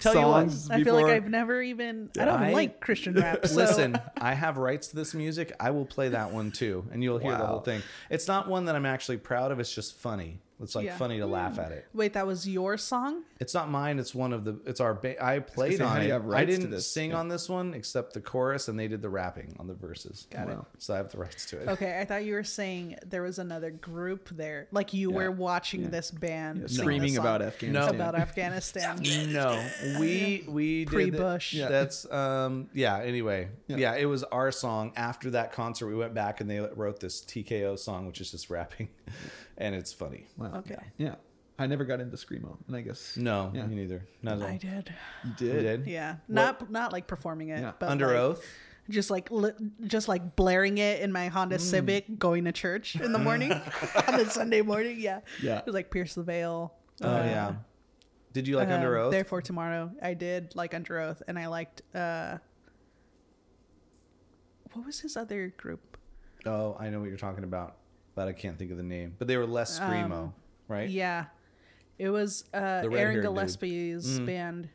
Speaker 1: Tell you what,
Speaker 3: songs
Speaker 2: I feel like
Speaker 3: before.
Speaker 2: I've never even. I don't
Speaker 1: I-
Speaker 2: like
Speaker 1: (laughs)
Speaker 2: Christian rap. So
Speaker 1: Listen, I have rights to this music. I will play that one too, and you'll hear the
Speaker 3: Wow.
Speaker 1: whole thing. It's not one that I'm actually proud of. It's just funny. It's like
Speaker 2: Yeah.
Speaker 1: funny to
Speaker 3: Hmm.
Speaker 1: laugh at it.
Speaker 2: Wait, that was your song?
Speaker 1: It's not mine. It's one of the. It's our. Ba- I played
Speaker 3: say, how
Speaker 1: on
Speaker 3: do you
Speaker 1: it.
Speaker 3: have
Speaker 1: I
Speaker 3: rights to
Speaker 1: didn't
Speaker 3: this?
Speaker 1: sing on this one except the chorus, and they did the rapping on the verses. Got
Speaker 3: it. Wow.
Speaker 1: So I have the rights to it.
Speaker 2: Okay, I thought you were saying there was another group there. Like you were watching this band sing the
Speaker 3: Screaming
Speaker 2: song
Speaker 3: about Afghanistan.
Speaker 2: About
Speaker 3: (laughs)
Speaker 2: Afghanistan.
Speaker 1: No, we we did the-
Speaker 2: Pre-Bush. Yeah.
Speaker 1: That's um yeah. Anyway, yeah. it was our song. After that concert, we went back and they wrote this TKO song, which is just rapping, (laughs) and it's funny.
Speaker 3: Wow.
Speaker 2: Okay.
Speaker 3: Yeah. I never got into screamo, and I guess
Speaker 1: No,
Speaker 3: Yeah.
Speaker 1: me neither. Not at all.
Speaker 2: I did.
Speaker 3: you
Speaker 1: You
Speaker 3: did.
Speaker 1: did.
Speaker 2: Yeah, not not like performing it,
Speaker 3: Yeah.
Speaker 2: but
Speaker 1: Under
Speaker 2: like,
Speaker 1: oath.
Speaker 2: just like li- just like blaring it in my
Speaker 1: Mm.
Speaker 2: Honda Civic, going to church in the
Speaker 1: (laughs)
Speaker 2: morning (laughs) on a Sunday morning. Yeah,
Speaker 3: Yeah.
Speaker 2: It was like Pierce the Veil. Uh,
Speaker 1: Oh yeah. Did you like
Speaker 2: um,
Speaker 1: Under Oath?
Speaker 2: Therefore tomorrow, I did like Under Oath, and I liked uh, what was his other group?
Speaker 1: oh, I know what you're talking about, but I can't think of the name. But they were less
Speaker 2: Um,
Speaker 1: screamo, right?
Speaker 2: Yeah, it was uh,
Speaker 1: The red-haired
Speaker 2: Aaron
Speaker 1: dude. Mm.
Speaker 2: Gillespie's band.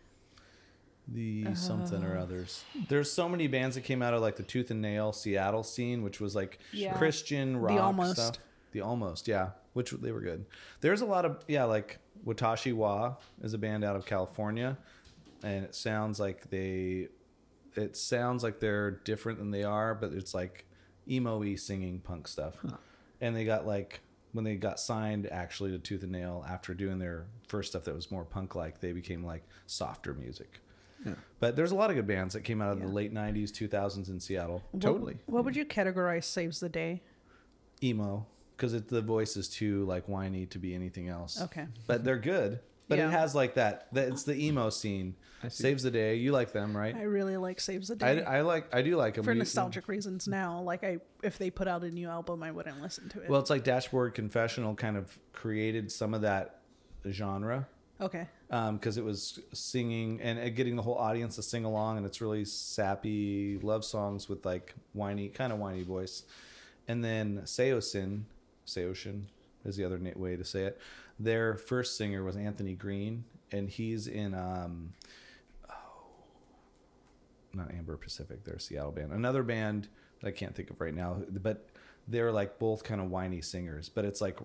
Speaker 1: the something
Speaker 2: Uh-huh.
Speaker 1: or others. There's so many bands that came out of like the Tooth and Nail Seattle scene, which was like
Speaker 2: Yeah.
Speaker 1: Christian rock
Speaker 2: Almost.
Speaker 1: stuff. The Almost, yeah, which they were good. There's a lot of yeah, like Watashi Wa is a band out of California, and it sounds like they, it sounds like they're different than they are, but it's like emo-y singing punk stuff, and they got like. When they got signed actually to Tooth and Nail after doing their first stuff that was more punk like, they became like softer music. But there's a lot of good bands that came out of the late '90s, 2000s in Seattle.
Speaker 2: What-
Speaker 3: Totally.
Speaker 2: What, would you categorize Saves the Day?
Speaker 1: Emo, because the voice is too like whiny to be anything else.
Speaker 2: Okay.
Speaker 1: But they're good. But
Speaker 2: Yeah.
Speaker 1: it has like that. that it's the emo scene.
Speaker 3: see.
Speaker 1: Saves the day. You like them, right?
Speaker 2: I really like Saves the
Speaker 1: I,
Speaker 2: Day.
Speaker 1: I like. I do like them
Speaker 2: for nostalgic reasons now like i if they put out a new album i wouldn't listen to it
Speaker 1: Well, it's like Dashboard Confessional kind of created some of that genre.
Speaker 2: okay
Speaker 1: because um, it was singing and uh, getting the whole audience to sing along, and it's really sappy love songs with like whiny, kind of whiny voice. And then Seosin, Seoshin is the other na- way to say it. Their first singer was Anthony Green, and he's in um, not Amber Pacific, they're a Seattle band. Another band that I can't think of right now, but they're like both kind of whiny singers, but it's like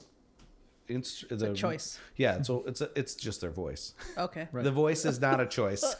Speaker 1: it's, it's
Speaker 2: a choice.
Speaker 1: Yeah, so it's a, it's just their voice.
Speaker 2: okay
Speaker 1: The voice is not a choice.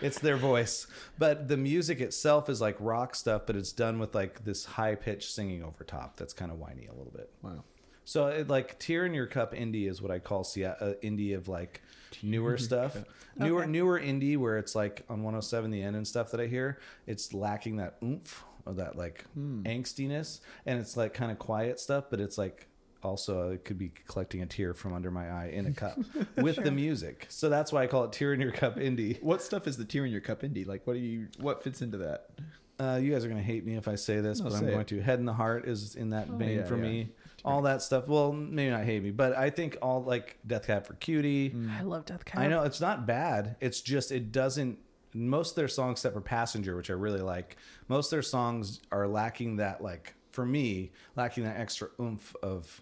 Speaker 1: it's their voice. But the music itself is like rock stuff, but it's done with like this high pitched singing over top that's kind of whiny a little bit.
Speaker 3: Wow.
Speaker 1: So it, like tear in your cup indie is what I call Sea- uh, indie of like newer stuff, newer
Speaker 2: Okay.
Speaker 1: newer indie where it's like on 107 the end and stuff that I hear. It's lacking that oomph or that like angstiness, and it's like kind of quiet stuff, but it's like also I could be collecting a tear from under my eye in a cup with the music. So that's why I call it Tear in Your Cup Indie.
Speaker 3: What stuff is the tear in your cup indie? Like, what do you? What fits into that?
Speaker 1: Uh, you guys are going to hate me if I say this,
Speaker 3: No,
Speaker 1: but I'm
Speaker 3: say
Speaker 1: going
Speaker 3: it.
Speaker 1: to. Head in the Heart is in
Speaker 2: Oh,
Speaker 1: that vein
Speaker 3: yeah,
Speaker 1: for
Speaker 3: yeah.
Speaker 1: me. All that stuff. Well, maybe not hate me, but I think all like Death Cab for Cutie.
Speaker 2: I love Death Cab.
Speaker 1: Mm. I know it's not bad. It's just it doesn't. Most of their songs, except for Passenger, which I really like, most of their songs are lacking that like for me, lacking that extra oomph of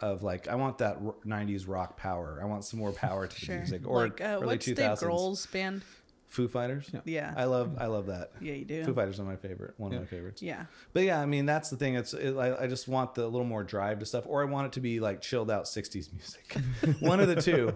Speaker 1: of like I want that r- '90s rock power. I want some more power to
Speaker 2: Sure.
Speaker 1: the music or
Speaker 2: like, uh,
Speaker 1: early
Speaker 2: what's
Speaker 1: 2000s.
Speaker 2: the girls band?
Speaker 1: Foo Fighters.
Speaker 2: Yeah.
Speaker 1: I love I love that.
Speaker 2: Yeah, you do.
Speaker 1: Foo Fighters are my favorite. One of my favorites.
Speaker 2: Yeah.
Speaker 1: But yeah, I mean that's the thing. It's it, I, I just want the little more drive to stuff, or I want it to be like chilled out '60s music, (laughs) one of the two.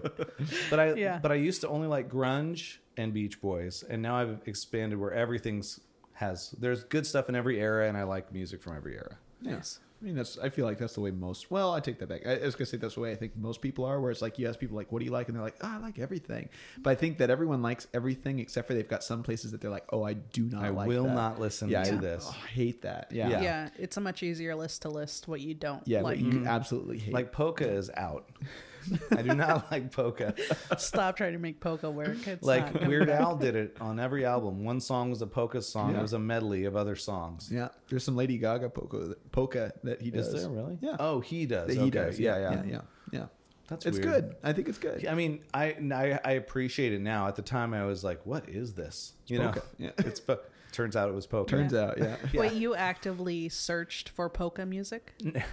Speaker 1: But I
Speaker 2: Yeah.
Speaker 1: but I used to only like grunge and Beach Boys, and now I've expanded where everything's has there's good stuff in every era, and I like music from every era.
Speaker 3: Yes. I mean, that's. I feel like that's the way most. Well, I take that back. I, I was gonna say that's the way I think most people are. Where it's like you ask people like, "What do you like?" and they're like, "Oh, I like everything." But I think that everyone likes everything except for they've got some places that they're like, "Oh, I do not.
Speaker 1: I
Speaker 3: like
Speaker 1: will
Speaker 3: that."
Speaker 1: not listen
Speaker 3: Yeah,
Speaker 1: to
Speaker 3: I-
Speaker 1: this.
Speaker 3: oh, I hate that. Yeah.
Speaker 2: yeah,
Speaker 1: Yeah.
Speaker 2: It's a much easier list to list what you don't
Speaker 3: Yeah,
Speaker 2: like.
Speaker 3: but you absolutely hate.
Speaker 1: Like polka is out. I do not (laughs) like polka.
Speaker 2: (laughs) Stop trying to make polka work. It's
Speaker 1: (laughs)
Speaker 2: not
Speaker 1: Like
Speaker 2: gonna
Speaker 1: Weird
Speaker 2: work.
Speaker 1: Al did it on every album. One song was a polka song.
Speaker 3: Yeah.
Speaker 1: It was a medley of other songs.
Speaker 3: yeah, there's some Lady Gaga polka, polka that he does.
Speaker 1: Is there really?
Speaker 3: Yeah.
Speaker 1: Oh, he does.
Speaker 3: that he
Speaker 1: Okay.
Speaker 3: does.
Speaker 1: Yeah,
Speaker 3: yeah,
Speaker 1: yeah.
Speaker 3: yeah. yeah.
Speaker 1: That's
Speaker 3: it's
Speaker 1: weird.
Speaker 3: good. I think it's good.
Speaker 1: I mean, I, and I I appreciate it now. At the time, I was like, "What is this?" You know, (laughs)
Speaker 3: polka. Yeah.
Speaker 1: it's po- turns out it was poker.
Speaker 3: Turns out, yeah.
Speaker 2: Wait, you actively searched for polka music?
Speaker 1: it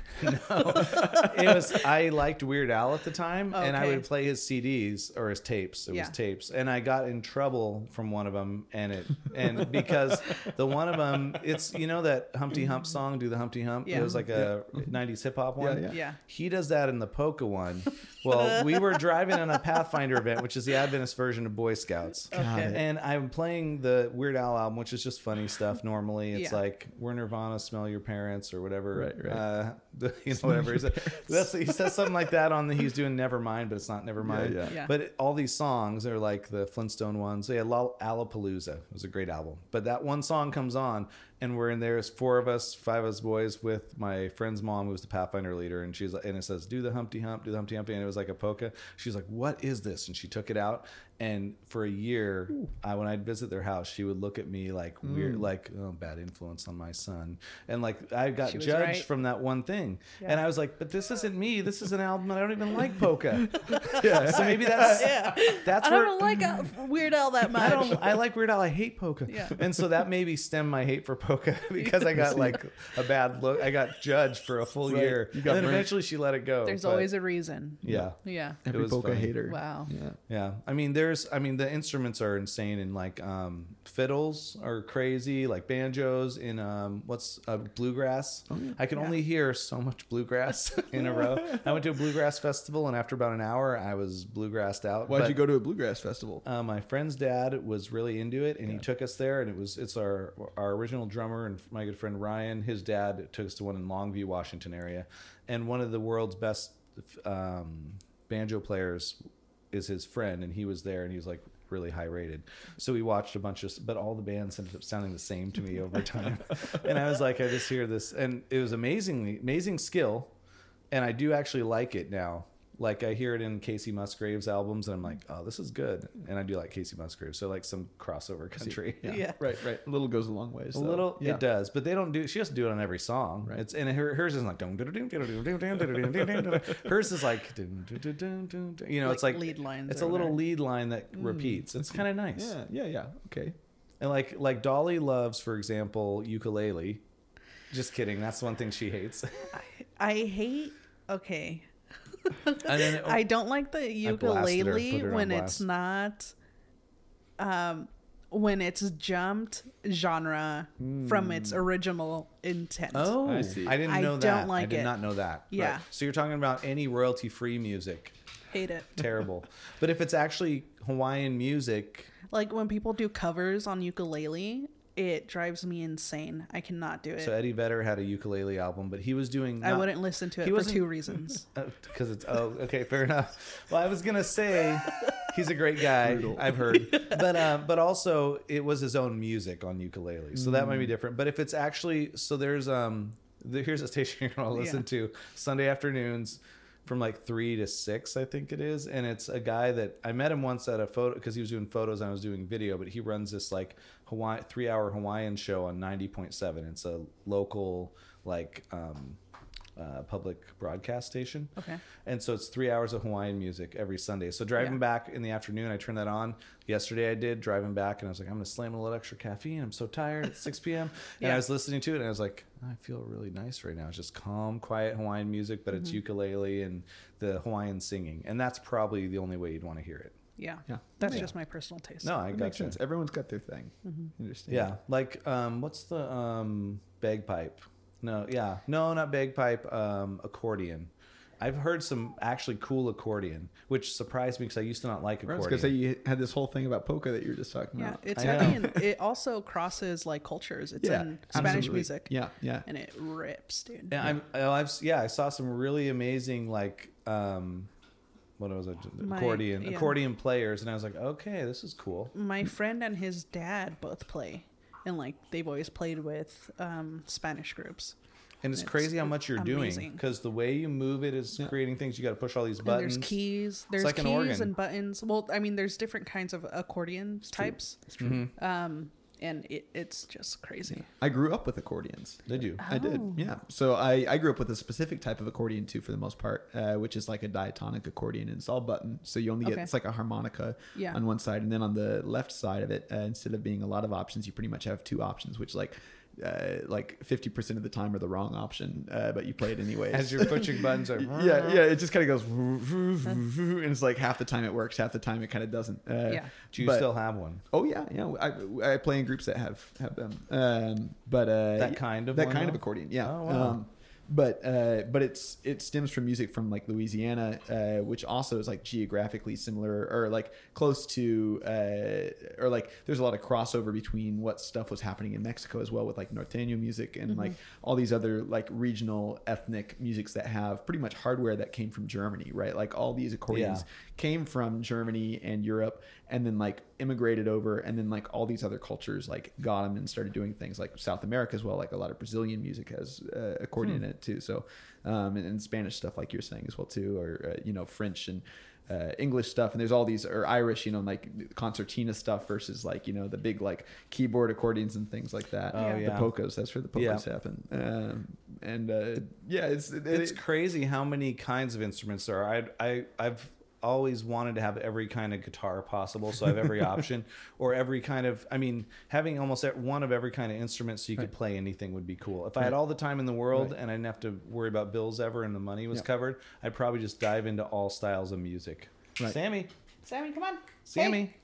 Speaker 1: was. I liked Weird Al at the time, and I
Speaker 2: Okay.
Speaker 1: would play his CDs or his tapes. It
Speaker 2: Yeah.
Speaker 1: was tapes, and I got in trouble from one of them, and it
Speaker 3: (laughs)
Speaker 1: and because the one of them, it's you know that Humpty Hump song, "Do the Humpty Hump."
Speaker 2: Yeah.
Speaker 1: It was like a '90s hip hop one.
Speaker 3: yeah.
Speaker 2: Yeah.
Speaker 1: He does that in the polka one. Well, we were driving on a Pathfinder event, which is the Adventist version of Boy
Speaker 2: (laughs)
Speaker 1: Scouts.
Speaker 2: Okay.
Speaker 1: And I'm playing the Weird Al album, which is just funny stuff. Normally, it's
Speaker 2: Yeah.
Speaker 1: like we're Nirvana, smell your parents, or whatever.
Speaker 3: Right, right.
Speaker 1: Uh, (laughs) the, you know, whatever. He said, that's, he says something like that on the he's doing Nevermind, but it's not Nevermind.
Speaker 3: yeah.
Speaker 2: Yeah.
Speaker 1: But it- all these songs are like the Flintstone ones. They had Lal- Alapalooza. It was a great album. But that one song comes on, and we're in there. It's four of us, five of us boys, with my friend's mom, who was the Pathfinder leader, and she's like- and it says, "Do the Humpty Hump, do the Humpty Hump," and it was like a polka. She's like, "What is this?" And she took it out, and for a year, I, when I'd visit their house, she would look at me like
Speaker 2: Mm.
Speaker 1: weird, like oh, bad influence on my son, and like I got
Speaker 2: She was
Speaker 1: judged
Speaker 2: right.
Speaker 1: from that one thing,
Speaker 2: Yeah.
Speaker 1: and I was like, "But this isn't me. This is an album, and I don't even
Speaker 2: (laughs)
Speaker 1: like polka." yeah. So maybe that's
Speaker 2: Yeah.
Speaker 1: (laughs) that's
Speaker 2: I
Speaker 1: where
Speaker 2: don't like uh, Weird Al that
Speaker 1: (laughs)
Speaker 2: much.
Speaker 1: I don't. I like Weird Al. I hate polka.
Speaker 2: Yeah.
Speaker 1: And so that maybe stemmed my hate for polka (laughs) because I
Speaker 3: (laughs)
Speaker 1: got like a bad look. I got judged for a full
Speaker 3: Right.
Speaker 1: year.
Speaker 3: You
Speaker 1: And
Speaker 3: got
Speaker 1: then
Speaker 3: burnt.
Speaker 1: eventually she let it go.
Speaker 2: There's always a reason.
Speaker 1: yeah.
Speaker 2: Yeah.
Speaker 1: (laughs) It
Speaker 3: Every
Speaker 1: was
Speaker 3: polka
Speaker 1: funny.
Speaker 3: hater.
Speaker 2: Wow.
Speaker 3: Yeah.
Speaker 1: Yeah. I mean, there's. I mean, the instruments are insane, and like um, fiddles are crazy, like banjos in um, what's uh, bluegrass.
Speaker 3: Oh,
Speaker 1: I can only hear so much bluegrass (laughs) in a
Speaker 3: (laughs)
Speaker 1: row. I went to a bluegrass festival, and after about an hour, I was bluegrassed out.
Speaker 3: Why'd
Speaker 1: But-
Speaker 3: you go to a bluegrass festival?
Speaker 1: uh, my friend's dad was really into it, and he took us there. And it was it's our our original drummer and my good friend Ryan. His dad took us to one in Longview, Washington area, and one of the world's best um, banjo players is his friend, and he was there, and he was like really high rated. So we watched a bunch of, but all the bands ended up sounding the same to me over time, (laughs) and I was like, I just hear this, and it was amazingly amazing skill and I do actually like it now. Like I hear it in Casey Musgraves albums, and I'm like, oh, this is good. And I do like Casey Musgraves, so like some crossover country. (laughs)
Speaker 2: Yeah.
Speaker 3: (laughs) Right, right. A little goes a long ways.
Speaker 1: A little, it does, but they don't do. She doesn't do it on every song. It's and her, hers isn't like dum dum dum dum dum dum dum dum dum dum. Hers is like dum dum dum dum dum. dum. You know, it's
Speaker 2: Like
Speaker 1: like
Speaker 2: lead lines
Speaker 1: It's
Speaker 2: or
Speaker 1: a little
Speaker 2: whatever. Mm.
Speaker 1: lead line that repeats. It's kind of nice.
Speaker 3: Yeah, yeah, yeah. Okay.
Speaker 1: And like like Dolly loves, for example, ukulele. Just kidding. That's one thing she
Speaker 2: (laughs)
Speaker 1: hates.
Speaker 2: I hate. Okay.
Speaker 1: and then
Speaker 2: I don't like the
Speaker 1: oh. blasted her,
Speaker 2: ukulele
Speaker 1: put her on
Speaker 2: when it's
Speaker 1: blast.
Speaker 2: not, um, when it's jumped genre from its original intent.
Speaker 1: Hmm. Oh,
Speaker 3: I
Speaker 1: I,
Speaker 3: see.
Speaker 1: didn't know
Speaker 2: I
Speaker 1: that.
Speaker 2: don't like
Speaker 1: I did
Speaker 2: it.
Speaker 1: not know that.
Speaker 2: Yeah.
Speaker 1: So you're talking about any royalty free music.
Speaker 2: hate it. (laughs)
Speaker 1: Terrible. but if it's actually Hawaiian music,
Speaker 2: Like when people do covers on ukulele, it drives me insane. I cannot do it.
Speaker 1: so Eddie Vedder had a ukulele album, but he was doing.
Speaker 2: I wouldn't listen to
Speaker 1: he
Speaker 2: it for
Speaker 1: wasn't-
Speaker 2: two reasons.
Speaker 1: Because it's. (laughs) Oh, okay, fair enough. Well, I was going to
Speaker 2: (laughs)
Speaker 1: say he's a great guy, I've heard. But um, but
Speaker 2: Mm.
Speaker 1: also, it was his own music on ukulele. So that might be different. But if it's actually. So there's. um. the, here's a station you're gonna listen to Sunday afternoons from like three to six, I think it is. And it's a guy that I met him once at a photo because he was doing photos and I was doing video, but he runs this like Hawaii three hour Hawaiian show on ninety point seven. It's a local like um, uh, public broadcast station.
Speaker 2: Okay.
Speaker 1: And so it's three hours of Hawaiian music every Sunday. So driving
Speaker 2: Yeah.
Speaker 1: back in the afternoon, I turned that on. Yesterday I did driving back, and I was like, I'm gonna slam a little extra caffeine. I'm so tired. It's 6
Speaker 3: (laughs)
Speaker 1: p.m. And
Speaker 2: Yeah.
Speaker 1: I was listening to it, and I was like, I feel really nice right now. It's just calm, quiet Hawaiian music, but
Speaker 3: Mm-hmm.
Speaker 1: it's ukulele and the Hawaiian singing, and that's probably the only way you'd want to hear it.
Speaker 2: Yeah.
Speaker 3: Yeah.
Speaker 2: That's
Speaker 1: Yeah.
Speaker 2: just my personal taste.
Speaker 1: No, I
Speaker 3: That
Speaker 1: got
Speaker 3: makes sense. Everyone's got their thing. Interesting.
Speaker 1: Yeah, like um, what's the um, bagpipe? No, yeah, no, not bagpipe. Um, accordion. I've heard some actually cool accordion, which surprised me because I used to not like
Speaker 3: I
Speaker 1: accordion.
Speaker 3: was gonna say you had this whole thing about polka that you were just talking
Speaker 2: Yeah.
Speaker 3: about.
Speaker 2: It's
Speaker 1: I
Speaker 2: heavy
Speaker 1: know.
Speaker 2: and it also crosses like cultures. It's
Speaker 3: Yeah,
Speaker 2: in Spanish
Speaker 3: absolutely.
Speaker 2: music.
Speaker 3: Yeah, yeah.
Speaker 2: And it rips, dude.
Speaker 1: Yeah, I'm, oh, I've s- yeah, I saw some really amazing like um, what was it?
Speaker 2: My-
Speaker 1: accordion
Speaker 2: yeah.
Speaker 1: accordion players, and I was like, okay, this is cool.
Speaker 2: My friend and his dad both play. And like they've always played with um, Spanish groups.
Speaker 1: And it's,
Speaker 2: It's
Speaker 1: crazy how much you're doing 'cause doing
Speaker 2: amazing.
Speaker 1: because the way you move it is creating things. You got to push all these
Speaker 2: And
Speaker 1: buttons.
Speaker 2: there's keys. There's
Speaker 1: like an
Speaker 2: keys
Speaker 1: organ.
Speaker 2: and buttons. Well, I mean, there's different kinds of accordion types.
Speaker 1: Mm-hmm.
Speaker 2: Um, and it, it's just crazy.
Speaker 3: I grew up with accordions.
Speaker 1: Did you?
Speaker 3: I did.
Speaker 2: Oh.
Speaker 3: Yeah. So I, I grew up with a specific type of accordion too, for the most part, uh, which is like a diatonic accordion, and it's all button. So you only get
Speaker 2: Okay.
Speaker 3: it's like a harmonica
Speaker 2: Yeah.
Speaker 3: on one side, and then on the left side of it, uh, instead of being a lot of options, you pretty much have two options, which like uh, like fifty percent of the time are the wrong option, uh, but you play it anyway.
Speaker 1: As
Speaker 3: (laughs)
Speaker 1: you're pushing buttons, like,
Speaker 3: yeah, yeah. It just kind of goes, (laughs) and it's like half the time it works, half the time it kind of doesn't. Uh,
Speaker 2: Yeah.
Speaker 1: Do you
Speaker 3: but-
Speaker 1: still have one?
Speaker 3: Oh yeah, yeah. I, I play in groups that have have them. Um, but uh,
Speaker 1: That kind of
Speaker 3: that
Speaker 1: one,
Speaker 3: kind of
Speaker 1: though?
Speaker 3: accordion. Yeah.
Speaker 1: Oh, wow.
Speaker 3: Um, but uh, but it's it stems from music from like Louisiana, uh, which also is like geographically similar or like close to uh, or like there's a lot of crossover between what stuff was happening in Mexico as well with like norteño music and like
Speaker 1: Mm-hmm.
Speaker 3: all these other like regional ethnic musics that have pretty much hardware that came from Germany, right? Like all these accordions
Speaker 1: Yeah.
Speaker 3: came from Germany and Europe and then like immigrated over and then like all these other cultures like got them and started doing things like South America as well like a lot of Brazilian music has uh,
Speaker 1: Hmm.
Speaker 3: accordion in it too so um, and, and Spanish stuff like you're saying as well too or uh, you know French and uh, English stuff and there's all these or Irish you know like concertina stuff versus like you know the big like keyboard accordions and things like that
Speaker 1: Oh,
Speaker 3: the
Speaker 1: yeah.
Speaker 3: polkas that's where the polkas
Speaker 1: Yeah.
Speaker 3: happen um, and uh, yeah it's it,
Speaker 1: It's
Speaker 3: it-
Speaker 1: crazy how many kinds of instruments there are. I, I, I've always wanted to have every kind of guitar possible, so I have
Speaker 3: (laughs)
Speaker 1: every option or every kind of. I mean, having almost e- one of every kind of instrument, so you could play anything, would be cool. If I had all the time in the world
Speaker 3: Right.
Speaker 1: and I didn't have to worry about bills ever, and the money was
Speaker 3: Yeah.
Speaker 1: covered, I'd probably just dive into all styles of music.
Speaker 3: Right.
Speaker 1: Sammy,
Speaker 2: Sammy, come on.
Speaker 1: Sammy.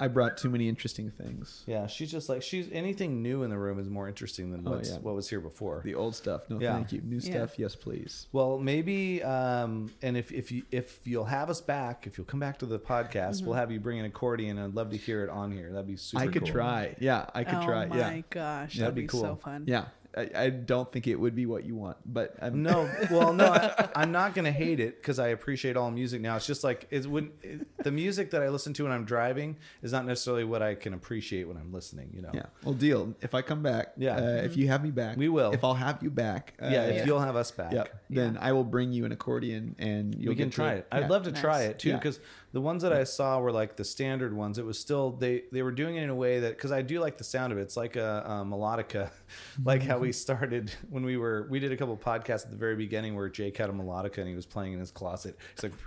Speaker 3: I brought too many interesting things
Speaker 1: Yeah, she's just like she's anything new in the room is more interesting than
Speaker 3: Oh,
Speaker 1: what's
Speaker 3: yeah.
Speaker 1: what was here before.
Speaker 3: The old stuff. No,
Speaker 1: Yeah.
Speaker 3: thank you. New
Speaker 2: Yeah.
Speaker 3: stuff. Yes, please.
Speaker 1: Well, maybe, um, and if if you if you'll have us back, if you'll come back to the podcast, we'll have you bring an accordion. and I'd love to hear it on here. That'd be super.
Speaker 3: I could
Speaker 1: cool.
Speaker 3: try. Yeah, I could
Speaker 2: oh
Speaker 3: try.
Speaker 2: my
Speaker 3: Yeah,
Speaker 2: gosh,
Speaker 1: That'd
Speaker 2: that'd,
Speaker 1: be
Speaker 2: be,
Speaker 1: cool.
Speaker 2: so fun.
Speaker 3: yeah. I, I don't think it would be what you want, but I'm
Speaker 1: No, well, no,
Speaker 3: (laughs)
Speaker 1: I, I'm not gonna hate it because I appreciate all music now. It's just like it would. It, the music that I listen to when I'm driving is not necessarily what I can appreciate when I'm listening. You know.
Speaker 3: Yeah. Well, deal. If I come back,
Speaker 1: Yeah.
Speaker 3: Uh,
Speaker 2: Mm-hmm.
Speaker 3: If you have me back,
Speaker 1: We will.
Speaker 3: If I'll have you back, uh,
Speaker 1: Yeah, if
Speaker 2: Yeah.
Speaker 1: you'll have us back.
Speaker 3: yep, Then I will bring you an accordion, and you'll
Speaker 1: we can
Speaker 3: get to-
Speaker 1: try it. I'd
Speaker 3: yeah.
Speaker 1: love to try
Speaker 2: Nice.
Speaker 1: it too
Speaker 3: Yeah.
Speaker 1: because the ones that I saw were like the standard ones. It was still they they were doing it in a way that because I do like the sound of it. It's like a, uh melodica, (laughs) like how we
Speaker 3: Mm-hmm.
Speaker 1: started when we were we did a couple podcasts at the very beginning where Jake had a melodica and he was playing in his closet. It's like. (laughs)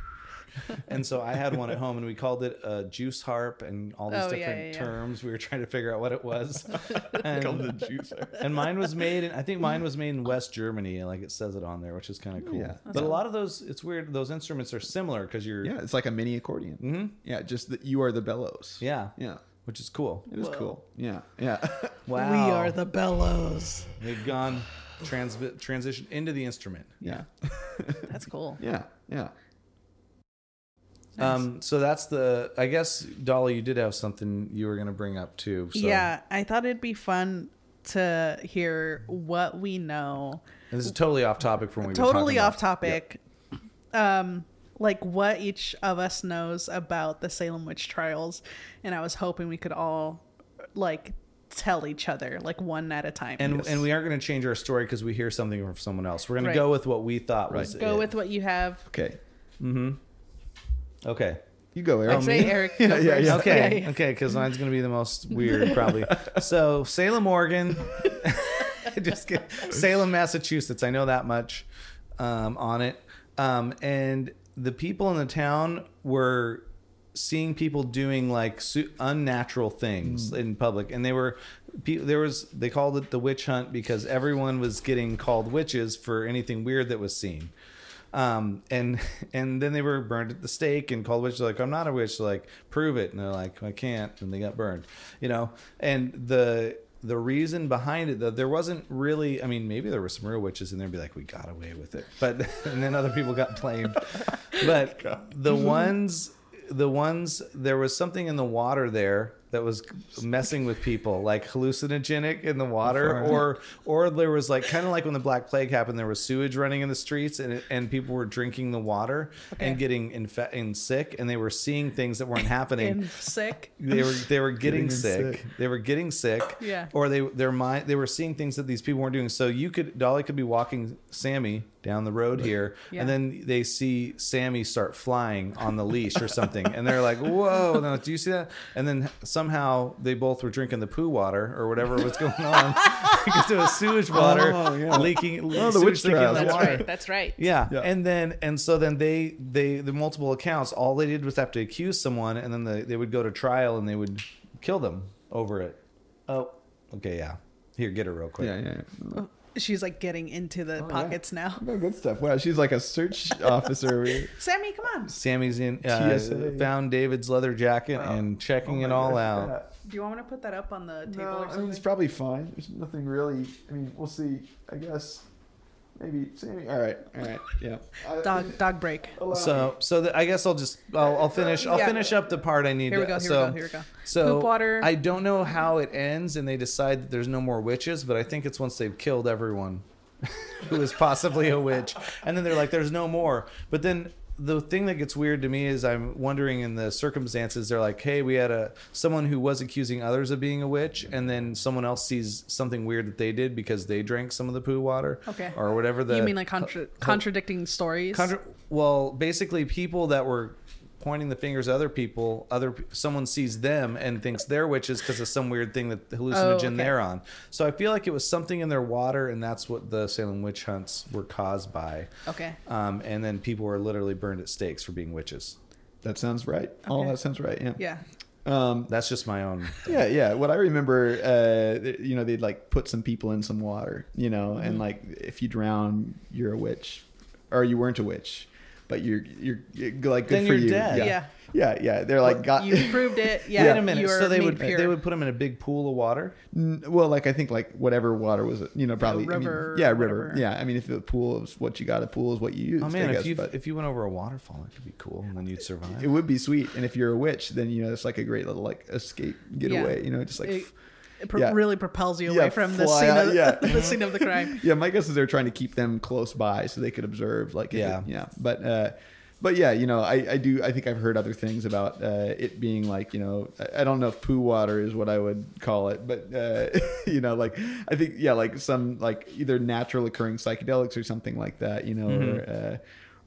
Speaker 1: and so I had one at home, and we called it a juice harp, and all these
Speaker 2: Oh, yeah,
Speaker 1: different
Speaker 2: yeah, yeah.
Speaker 1: terms. We were trying to figure out what it
Speaker 2: (laughs)
Speaker 1: was. and,
Speaker 3: Called the juicer.
Speaker 1: and mine was made in I think mine was
Speaker 2: (laughs)
Speaker 1: made in West Germany, like it says it on there, which is kind of cool.
Speaker 3: Yeah.
Speaker 1: But a lot of those, it's weird. Those instruments are similar because you're
Speaker 3: Yeah, it's like a mini accordion. Mm-hmm. Yeah, just that you are the bellows.
Speaker 1: Mm. yeah,
Speaker 3: yeah.
Speaker 1: which is cool.
Speaker 3: It is cool. Yeah, yeah. (laughs)
Speaker 1: Wow,
Speaker 2: We are the bellows.
Speaker 1: They've gone trans transition into the instrument.
Speaker 3: yeah,
Speaker 2: That's cool.
Speaker 3: yeah, yeah.
Speaker 1: Um, so that's the. I guess Dolly, you did have something you were going to bring up too. (laughs) So.
Speaker 2: Yeah, I thought it'd be fun to hear what we know.
Speaker 1: And this is totally off topic from what we
Speaker 2: totally
Speaker 1: were talking
Speaker 2: off topic. Um, like what each of us knows about the Salem witch trials, and I was hoping we could all like tell each other like one at a time.
Speaker 1: And and we aren't going to change our story because we hear something from someone else. We're going
Speaker 2: Right.
Speaker 1: to go with what we thought was
Speaker 2: go
Speaker 1: it.
Speaker 2: with what you have.
Speaker 3: Okay.
Speaker 1: Okay.
Speaker 3: You go, Eric.
Speaker 1: Oh, (laughs)
Speaker 2: Actually, Eric, go
Speaker 3: yeah, yeah, yeah.
Speaker 2: first.
Speaker 1: Okay.
Speaker 2: Yeah.
Speaker 1: Okay. Because mine's going to be the most weird, probably. so, Salem, Oregon. (laughs) Just kidding. Salem, Massachusetts. I know that much um, on it. Um, and the people in the town were seeing people doing like su- unnatural things in public and they were pe- there was they called it the witch hunt because everyone was getting called witches for anything weird that was seen um, and (laughs) and then they were burned at the stake and called witch. They're like, I'm not a witch. They're like, prove it. And they're like, I can't. And they got burned. You know. And the the reason behind it though, there wasn't really. I mean, maybe there were some real witches in there. Be like, we got away with it. But (laughs) and then other people got (laughs) blamed. But the ones the ones there was something in the water there that was messing with people like hallucinogenic in the water or or there was like kind of like when the black plague happened there was sewage running in the streets and it, and people were drinking the water and getting infe- and sick and they were seeing things that weren't
Speaker 2: (laughs)
Speaker 1: happening
Speaker 2: And sick.
Speaker 1: they
Speaker 3: (laughs)
Speaker 1: were they were getting,
Speaker 3: Getting
Speaker 1: sick.
Speaker 3: sick.
Speaker 1: They were getting sick.
Speaker 2: Yeah.
Speaker 1: Or they their mind they were seeing things that these people weren't doing. So you could Dolly could be walking Sammy down the road here,
Speaker 2: Yeah.
Speaker 1: and then they see Sammy start flying on the leash or something, and they're like, "Whoa! Now, do you see that?" And then somehow they both were drinking the poo water or whatever was going on (laughs) because it was sewage water
Speaker 3: Oh, yeah.
Speaker 1: leaking.
Speaker 3: the
Speaker 1: sewage
Speaker 3: witch
Speaker 1: leaking in
Speaker 3: trials,
Speaker 1: the
Speaker 3: yeah.
Speaker 2: That's
Speaker 1: water.
Speaker 2: right. That's right.
Speaker 1: Yeah.
Speaker 3: Yeah.
Speaker 1: And then and so then they they the multiple accounts all they did was have to accuse someone and then the, they would go to trial and they would kill them over it. Oh, okay, yeah. Here, get her real quick.
Speaker 3: Yeah, yeah. yeah.
Speaker 2: She's like getting into the
Speaker 1: Oh,
Speaker 2: pockets now.
Speaker 3: No, good stuff. Wow, she's like a (laughs) search officer.
Speaker 2: Sammy, come on.
Speaker 1: Sammy's in uh,
Speaker 3: TSA.
Speaker 1: found David's leather jacket and checking it all out.
Speaker 2: Do you want me to put that up on the table or
Speaker 3: No, I mean it's
Speaker 2: something?
Speaker 3: probably fine. There's nothing really. I mean, we'll see. I guess maybe Sammy. All right, all right, yeah. I-
Speaker 2: Dog, dog break.
Speaker 3: allow me.
Speaker 1: So so that I guess I'll just I'll, I'll finish I'll
Speaker 2: Yeah.
Speaker 1: finish up the part I need
Speaker 2: Here we
Speaker 1: to
Speaker 2: go, here we
Speaker 1: so,
Speaker 2: go, here we go.
Speaker 1: So
Speaker 2: Poop water.
Speaker 1: I don't know how it ends and they decide that there's no more witches, but I think it's once they've killed everyone (laughs) who is possibly a witch. And then they're like, There's no more. But then the thing that gets weird to me is I'm wondering in the circumstances they're like, hey, we had a someone who was accusing others of being a witch, and then someone else sees something weird that they did because they drank some of the poo water,
Speaker 2: Okay.
Speaker 1: or whatever. The
Speaker 2: you mean like contra- contradicting stories?
Speaker 1: Contra- well, basically, people that were pointing the fingers at other people, other pe- someone sees them and thinks they're witches because of some weird thing that the hallucinogen
Speaker 2: Oh, okay.
Speaker 1: they're on. So I feel like it was something in their water, and that's what the Salem witch hunts were caused by.
Speaker 2: okay.
Speaker 1: Um, and then people were literally burned at stakes for being witches.
Speaker 3: that sounds right. All
Speaker 2: Okay.
Speaker 3: that sounds right. Yeah.
Speaker 2: Yeah.
Speaker 3: Um,
Speaker 1: That's just my own.
Speaker 3: yeah, yeah. What I remember, uh, th- you know, they'd like put some people in some water, you know, and like if you drown, you're a witch, or you weren't a witch, but you're you're, you're like good
Speaker 1: Then
Speaker 3: for
Speaker 1: you're
Speaker 3: you.
Speaker 1: dead.
Speaker 3: Yeah.
Speaker 2: Yeah.
Speaker 3: yeah, yeah, They're like got. (laughs)
Speaker 2: You proved it. (laughs) Yeah.
Speaker 1: Wait a minute.
Speaker 2: you're
Speaker 1: So they
Speaker 2: made
Speaker 1: would
Speaker 2: pure.
Speaker 1: they would put them in a big pool of water.
Speaker 3: N- well, like I think like whatever water was, you know, probably I mean,
Speaker 2: river,
Speaker 3: yeah, river.
Speaker 2: whatever.
Speaker 3: Yeah, I mean, if the pool is what you got, a pool is what you use.
Speaker 1: Oh man,
Speaker 3: I
Speaker 1: if
Speaker 3: guess,
Speaker 1: you
Speaker 3: but
Speaker 1: if you went over a waterfall, that could be cool, and then you'd survive.
Speaker 3: it would be sweet. And if you're a witch, then you know it's like a great little like escape getaway. You know, just like.
Speaker 2: It-
Speaker 3: f-
Speaker 2: it pro-
Speaker 3: yeah.
Speaker 2: really propels you
Speaker 3: Yeah,
Speaker 2: away from the
Speaker 3: fly
Speaker 2: scene,
Speaker 3: out,
Speaker 2: of,
Speaker 3: yeah.
Speaker 2: (laughs) the scene of the crime.
Speaker 3: (laughs) yeah, my guess is they're trying to keep them close by so they could observe. Like, if it-
Speaker 1: Yeah.
Speaker 3: yeah, but uh, but yeah, you know, I, I do. I think I've heard other things about uh, it being like, you know, I, I don't know if poo water is what I would call it, but uh, (laughs) you know, like I think yeah, like some like either natural occurring psychedelics or something like that, you know, or. Uh,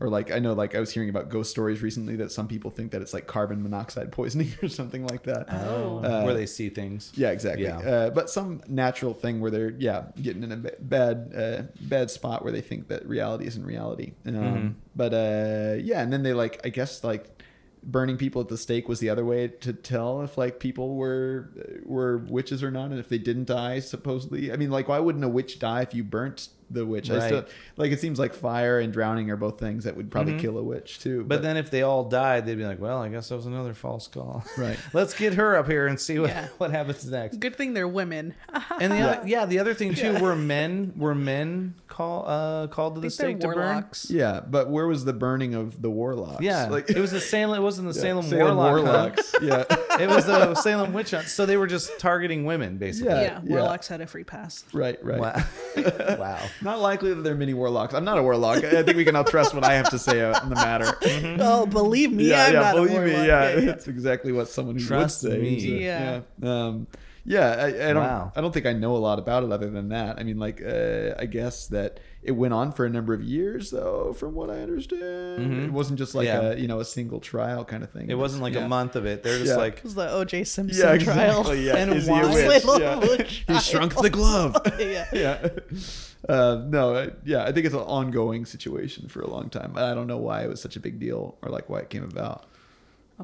Speaker 3: or like I know, like I was hearing about ghost stories recently that some people think that it's like carbon monoxide poisoning (laughs) or something like that.
Speaker 2: Oh.
Speaker 3: Uh,
Speaker 1: where they see things.
Speaker 3: Yeah, exactly.
Speaker 1: Yeah.
Speaker 3: Uh, but some natural thing where they're yeah getting in a ba- bad uh, bad spot where they think that reality isn't reality. Um,
Speaker 1: Mm-hmm.
Speaker 3: But uh, yeah, and then they like I guess like burning people at the stake was the other way to tell if like people were uh, were witches or not, and if they didn't die supposedly. I mean, like why wouldn't a witch die if you burnt the witch? I just
Speaker 1: Right. Mm-hmm.
Speaker 3: don't- like it seems like fire and drowning are both things that would probably kill a witch too.
Speaker 1: But then if they all died, they'd be like, "Well, I guess that was another false call." (laughs)
Speaker 3: Right.
Speaker 1: Let's get her up here and see what
Speaker 2: Yeah.
Speaker 1: (laughs) what happens
Speaker 2: (laughs)
Speaker 1: next.
Speaker 2: Good thing they're women. I
Speaker 1: And the other, yeah, the other thing too were men were men call uh called to the
Speaker 2: think they're
Speaker 1: stake to burn.
Speaker 2: warlocks.
Speaker 3: yeah, but where was the burning of the warlocks?
Speaker 1: Yeah,
Speaker 3: (laughs) like
Speaker 1: it was the Salem. It wasn't the
Speaker 3: Yeah,
Speaker 1: Salem, Warlock. hunt. (laughs)
Speaker 3: yeah.
Speaker 1: It was the (laughs) Salem witch hunt. So they were just targeting women, basically.
Speaker 3: Yeah,
Speaker 2: Yeah.
Speaker 3: yeah.
Speaker 2: warlocks had a free
Speaker 3: (laughs)
Speaker 2: pass.
Speaker 3: Right, right.
Speaker 1: Wow.
Speaker 3: (laughs)
Speaker 1: (laughs) wow.
Speaker 3: Not likely that there are many warlocks. I'm not a warlock. I think we can all trust what I have to say on
Speaker 1: (laughs)
Speaker 3: the matter.
Speaker 1: Mm-hmm.
Speaker 2: Oh, believe me, I'm not a warlock.
Speaker 3: (laughs) yeah, that's exactly what someone who
Speaker 1: Trust
Speaker 3: would say.
Speaker 1: me.
Speaker 3: is it?
Speaker 2: Yeah.
Speaker 3: yeah. Um, Yeah, I, I don't.
Speaker 1: Wow.
Speaker 3: I don't think I know a lot about it other than that. I mean, like, uh, I guess that it went on for a number of years, though. From what I understand, it wasn't just like
Speaker 1: Mm-hmm. Yeah.
Speaker 3: a you know a single trial kind of thing.
Speaker 1: It wasn't like
Speaker 3: Yeah.
Speaker 1: a month of it. They're just
Speaker 3: Yeah.
Speaker 1: like,
Speaker 2: was the OJ Simpson
Speaker 3: Yeah,
Speaker 2: trial. (laughs)
Speaker 3: exactly. Yeah,
Speaker 1: And
Speaker 3: Is he a
Speaker 1: why?
Speaker 3: witch?
Speaker 2: Little (laughs)
Speaker 3: Yeah.
Speaker 2: witch
Speaker 3: he shrunk the glove.
Speaker 2: yeah.
Speaker 3: yeah. (laughs) Uh, no, I- yeah, I think it's an ongoing situation for a long time. I don't know why it was such a big deal or like why it came about.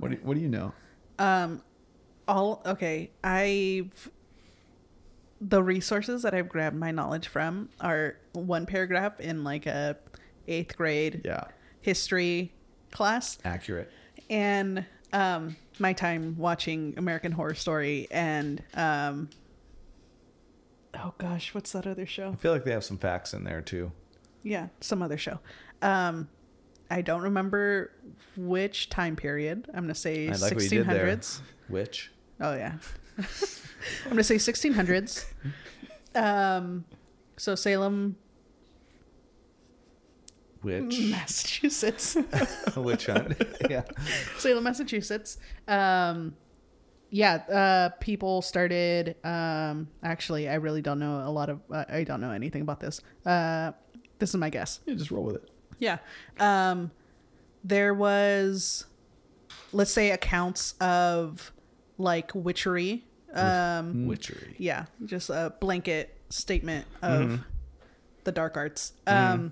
Speaker 3: What, do, what do you know?
Speaker 2: Um, all okay. I've the resources that I've grabbed my knowledge from are one paragraph in like a eighth grade
Speaker 3: Yeah.
Speaker 2: history class,
Speaker 1: accurate.
Speaker 2: and um, my time watching American Horror Story and um, oh gosh, what's that other show?
Speaker 1: I feel like they have some facts in there too.
Speaker 2: Yeah, some other show. Um, I don't remember which time period. I'm gonna say
Speaker 1: I like what you
Speaker 2: sixteen
Speaker 1: did there.
Speaker 2: hundreds.
Speaker 1: Which
Speaker 2: Oh yeah. (laughs) I'm gonna say 1600s. Um, so Salem,
Speaker 1: witch (laughs)
Speaker 2: Massachusetts,
Speaker 1: witch
Speaker 3: (laughs)
Speaker 1: hunt? yeah.
Speaker 2: (laughs) Salem, Massachusetts. Um, yeah, uh, people started. Um, actually, I really don't know a lot of. Uh, I don't know anything about this. Uh, this is my guess.
Speaker 3: Yeah, just roll with it.
Speaker 2: Yeah. Um, there was, let's say, accounts of like witchery. Um,
Speaker 3: Mm.
Speaker 1: Witchery.
Speaker 2: yeah just a blanket statement of the dark arts um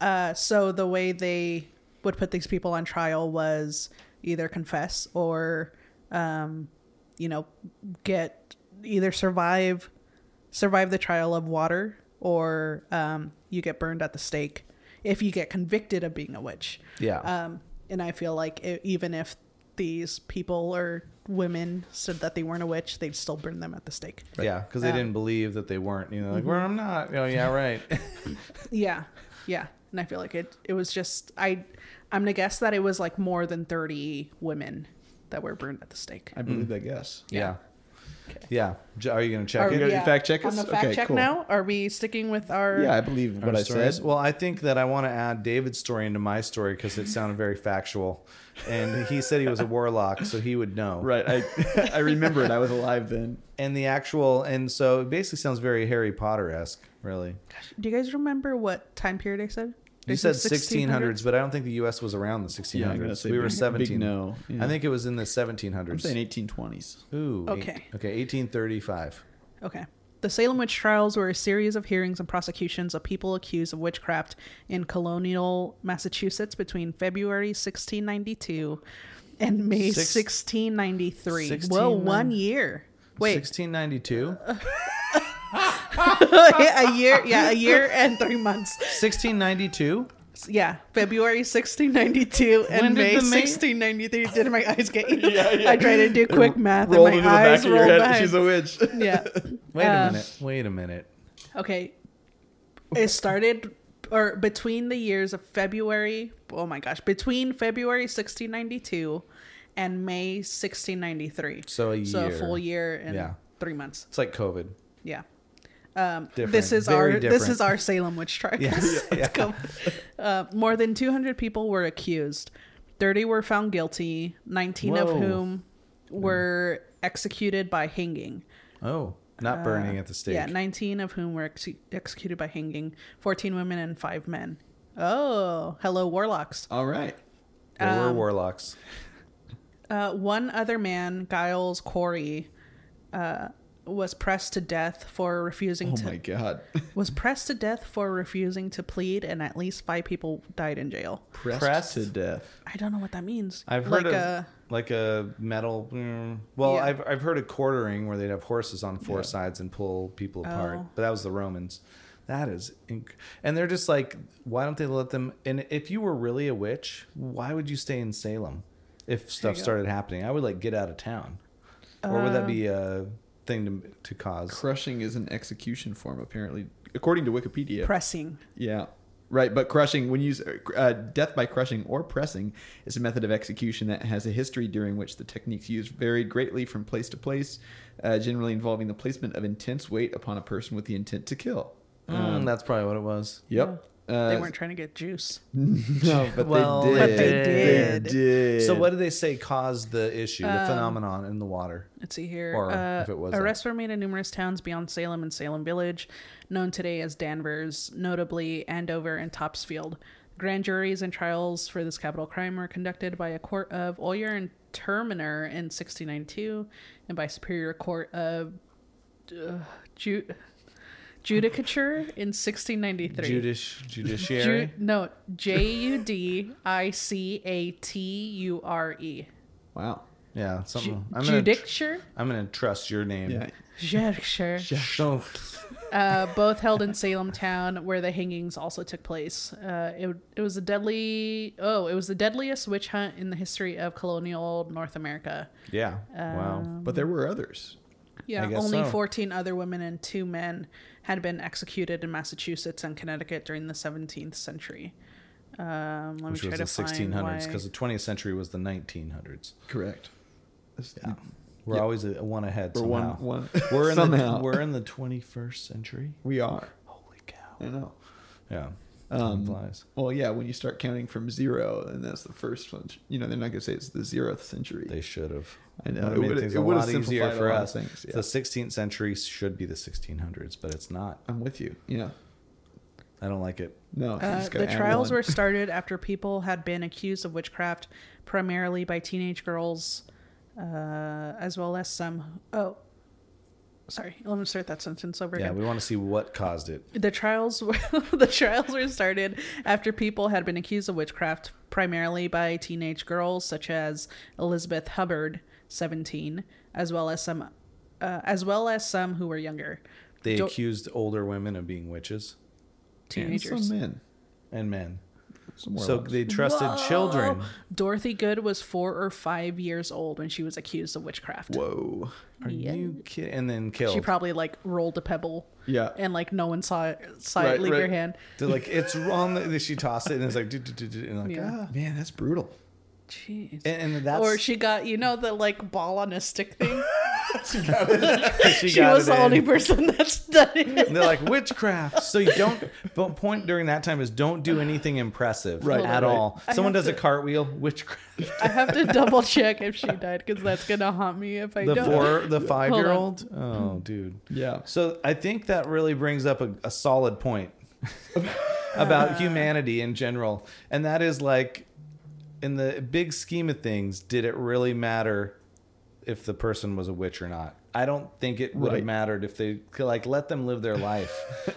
Speaker 2: uh so the way they would put these people on trial was either confess or um you know get either survive survive the trial of water or um you get burned at the stake if you get convicted of being a witch
Speaker 1: Yeah.
Speaker 2: um, and I feel like i even if these people or women said that they weren't a witch, they'd still burn them at the stake.
Speaker 1: Yeah, because they
Speaker 2: Um,
Speaker 1: didn't believe that they weren't. You know, like, well,
Speaker 2: Mm-hmm.
Speaker 1: I'm not. Oh, yeah,
Speaker 2: (laughs)
Speaker 1: right.
Speaker 2: Yeah, yeah. And I feel like it. It was just I. I'm gonna guess that it was like more than thirty women that were burned at the stake.
Speaker 3: I
Speaker 1: Mm.
Speaker 3: believe that guess.
Speaker 1: yeah.
Speaker 2: Okay.
Speaker 1: Yeah. J- Are you going to check
Speaker 2: Are
Speaker 1: it?
Speaker 2: we-
Speaker 3: gonna fact check
Speaker 2: on
Speaker 3: us?
Speaker 2: the fact
Speaker 3: Okay,
Speaker 2: check
Speaker 3: cool.
Speaker 2: now? Are we sticking with our?
Speaker 3: Yeah, I believe what
Speaker 1: our
Speaker 3: I
Speaker 1: stories?
Speaker 3: said.
Speaker 1: Well, I think that I want to add David's story into my story because it sounded very factual, and he said he
Speaker 2: (laughs)
Speaker 1: was a warlock, so he would know.
Speaker 3: Right. I (laughs) I remember it. I was alive then.
Speaker 1: (laughs) And the actual, and so it basically sounds very Harry Potter esque, really.
Speaker 2: Do you guys remember what time period I said?
Speaker 1: You said 1600s, but I don't think the U.S. was around the 1600s.
Speaker 3: Yeah, I'm gonna say
Speaker 1: we were
Speaker 3: big- big
Speaker 1: 17.
Speaker 3: no. Yeah.
Speaker 1: I think it was in the 1700s.
Speaker 3: I'm saying 1820s.
Speaker 1: Ooh. eight-
Speaker 2: Okay.
Speaker 1: okay. 1835.
Speaker 2: Okay. The Salem witch trials were a series of hearings and prosecutions of people accused of witchcraft in colonial Massachusetts between February 1692 and May
Speaker 1: Six-
Speaker 2: 1693. Whoa,
Speaker 1: 16
Speaker 2: one year. Wait,
Speaker 1: 1692.
Speaker 2: (laughs) a year? Yeah, a year and three months.
Speaker 1: 1692.
Speaker 2: Yeah, February 1692
Speaker 1: When
Speaker 2: and
Speaker 1: did
Speaker 2: May
Speaker 1: the May-
Speaker 2: 1693. Did my eyes get you?
Speaker 3: Yeah,
Speaker 2: (laughs)
Speaker 3: yeah.
Speaker 2: I tried to do quick math
Speaker 3: (laughs)
Speaker 2: and my eyes rolled back.
Speaker 3: She's a witch.
Speaker 2: yeah.
Speaker 1: Wait a
Speaker 2: Um,
Speaker 1: minute. Wait a minute.
Speaker 2: Okay. It started or between the years of February, oh my gosh, between February 1692 and May 1693.
Speaker 1: So a
Speaker 2: So a
Speaker 1: year.
Speaker 2: full year and
Speaker 1: Yeah.
Speaker 2: 3 months.
Speaker 1: It's like COVID.
Speaker 2: Yeah. Um,
Speaker 1: Different.
Speaker 2: this is
Speaker 1: Very
Speaker 2: our this
Speaker 1: different.
Speaker 2: is our
Speaker 1: (laughs)
Speaker 2: Salem witch trials.
Speaker 1: Yeah,
Speaker 2: (laughs) It's com- uh, more than 200 people were accused. 30 were found guilty, 19 of
Speaker 1: Whoa. Mm.
Speaker 2: whom were executed by hanging.
Speaker 1: Oh, not burning at the stake.
Speaker 2: uh, Yeah, 19 of whom were ex- executed by hanging, 14 women and 5 men. Oh, hello, warlocks.
Speaker 3: All right.
Speaker 1: there
Speaker 2: um,
Speaker 1: were warlocks.
Speaker 2: Uh, one other man, Giles Corey, uh, was pressed to death for refusing
Speaker 3: Oh
Speaker 2: to
Speaker 3: my god. (laughs)
Speaker 2: was pressed to death for refusing to plead, and at least five people died in jail.
Speaker 3: Pressed,
Speaker 1: Pressed?
Speaker 3: to death.
Speaker 2: I don't know what that means.
Speaker 1: I've heard
Speaker 2: like uh,
Speaker 1: of
Speaker 2: a
Speaker 1: like a metal. mm, well,
Speaker 2: Yeah.
Speaker 1: I've I've heard of quartering where they'd have horses on four
Speaker 3: Yeah.
Speaker 1: sides and pull people apart,
Speaker 2: Oh.
Speaker 1: but that was the Romans. That is, inc- and they're just like, why don't they let them? And if you were really a witch, why would you stay in Salem? If stuff
Speaker 2: go.
Speaker 1: started happening, I would like get out of town, or would that be
Speaker 2: Uh,
Speaker 1: a thing to to cause?
Speaker 3: Crushing is an execution form, apparently, according to Wikipedia.
Speaker 2: pressing.
Speaker 3: yeah. Right, but crushing, when you use uh, death by crushing or pressing, is a method of execution that has a history during which the techniques used varied greatly from place to place, uh, generally involving the placement of intense weight upon a person with the intent to kill.
Speaker 2: mm.
Speaker 1: Mm, that's probably what it was.
Speaker 3: Yep. Uh,
Speaker 2: they weren't trying to get juice.
Speaker 3: (laughs) No, but
Speaker 1: Well,
Speaker 3: they did.
Speaker 1: they
Speaker 2: did.
Speaker 3: They did.
Speaker 1: So what did they say caused the issue,
Speaker 2: Um,
Speaker 1: the phenomenon in the water?
Speaker 2: Let's see here.
Speaker 1: Or
Speaker 2: uh,
Speaker 1: if it was a-
Speaker 2: arrests were made in numerous towns beyond Salem and Salem Village, known today as Danvers, notably Andover and Topsfield. Grand juries and trials for this capital crime were conducted by a court of Oyer and Terminer in 1692, and by Superior Court of uh, ju- Judicature in 1693.
Speaker 1: Judish,
Speaker 2: Ju-
Speaker 1: judiciary.
Speaker 2: no, J U D I C A T U R E.
Speaker 3: Wow.
Speaker 1: yeah, something. I'm gonna. tr-
Speaker 2: Judicature?
Speaker 1: I'm gonna trust your name.
Speaker 3: Yeah.
Speaker 2: Judicature.
Speaker 1: (laughs) So,
Speaker 2: uh, both held in Salem town, where the hangings also took place. Uh, it, it was a deadly oh, it was the deadliest witch hunt in the history of colonial North America.
Speaker 1: yeah.
Speaker 2: Um,
Speaker 1: wow.
Speaker 3: But there were others.
Speaker 2: Yeah,
Speaker 1: I guess
Speaker 2: only
Speaker 1: so.
Speaker 2: 14 other women and two men had been executed in Massachusetts and Connecticut during the 17th century. Um, let
Speaker 1: Which
Speaker 2: me
Speaker 1: was
Speaker 2: try
Speaker 1: the
Speaker 2: to find
Speaker 1: 1600s,
Speaker 2: why-
Speaker 1: because the 20th century was the 1900s.
Speaker 3: Correct. Yeah.
Speaker 1: We're always a, one ahead.
Speaker 3: We're
Speaker 1: somehow.
Speaker 3: one- one-
Speaker 1: We're in
Speaker 3: somehow.
Speaker 1: the (laughs) we're in the 21st century.
Speaker 3: We are.
Speaker 1: Holy cow!
Speaker 3: I know.
Speaker 1: Yeah. Time
Speaker 3: Um,
Speaker 1: flies.
Speaker 3: Well, yeah, when you start counting from zero, and that's the first one, you know, they're not going to say it's the zeroth century.
Speaker 1: They should have.
Speaker 3: I know.
Speaker 1: Would've made
Speaker 3: It would've-
Speaker 1: things
Speaker 3: it
Speaker 1: a
Speaker 3: would've
Speaker 1: lot easier
Speaker 3: simplified a
Speaker 1: for
Speaker 3: lot of
Speaker 1: us.
Speaker 3: things, yeah.
Speaker 1: The 16th century should be the 1600s, but it's not.
Speaker 3: I'm with you. Yeah.
Speaker 1: I don't like it.
Speaker 3: No. you
Speaker 2: Uh,
Speaker 3: just
Speaker 2: the
Speaker 3: gotta add
Speaker 2: trials
Speaker 3: one.
Speaker 2: were started after people had been accused of witchcraft, primarily by teenage girls, uh, as well as some. Oh, sorry. Let me start that sentence over
Speaker 1: Yeah,
Speaker 2: again.
Speaker 1: we want to see what caused it.
Speaker 2: The trials were (laughs) the trials were started after people had been accused of witchcraft, primarily by teenage girls such as Elizabeth Hubbard, seventeen, as well as some, uh, as well as some who were younger.
Speaker 1: They
Speaker 2: Jo-
Speaker 1: accused older women of being witches
Speaker 3: And
Speaker 2: teenagers.
Speaker 3: Some men.
Speaker 1: and men.
Speaker 3: Some more
Speaker 1: so
Speaker 3: ones.
Speaker 1: they trusted children.
Speaker 2: Dorothy Good was four or five years old when she was accused of witchcraft.
Speaker 3: Whoa.
Speaker 1: Are
Speaker 2: Yeah.
Speaker 1: you kidding? And then killed.
Speaker 2: She probably like rolled a pebble
Speaker 3: Yeah.
Speaker 2: and like no one saw it, saw
Speaker 3: Right,
Speaker 2: it leave her
Speaker 3: right.
Speaker 2: hand.
Speaker 1: They're like, it's wrong. that- She tossed it, and it's like, do, do, do, do, and like,
Speaker 2: Yeah.
Speaker 1: ah.
Speaker 3: Man, that's brutal.
Speaker 2: Jeez.
Speaker 1: And, and that's
Speaker 2: or she got you know the like ball on a stick thing. (laughs)
Speaker 1: she,
Speaker 2: she
Speaker 1: got
Speaker 2: was
Speaker 1: it
Speaker 2: the only
Speaker 1: in.
Speaker 2: person that's done it.
Speaker 1: And (laughs) they're like witchcraft. So you don't. But point during that time is don't do anything impressive
Speaker 3: Right,
Speaker 1: at
Speaker 3: right.
Speaker 1: all.
Speaker 2: I
Speaker 1: Someone
Speaker 2: have
Speaker 1: does a
Speaker 2: to-
Speaker 1: cartwheel,
Speaker 2: (laughs)
Speaker 1: witchcraft.
Speaker 2: I have to double check if she died because that's gonna haunt me if I
Speaker 1: The
Speaker 2: don't.
Speaker 1: four, the five year old.
Speaker 2: Hmm.
Speaker 1: Oh, dude.
Speaker 3: Yeah.
Speaker 1: So I think that really brings up a, a solid point (laughs)
Speaker 3: (laughs)
Speaker 1: about humanity in general, and that is like, in the big scheme of things, did it really matter if the person was a witch or not? I don't think it would
Speaker 3: Right.
Speaker 1: have mattered if they like let them live their
Speaker 3: (laughs)
Speaker 1: life.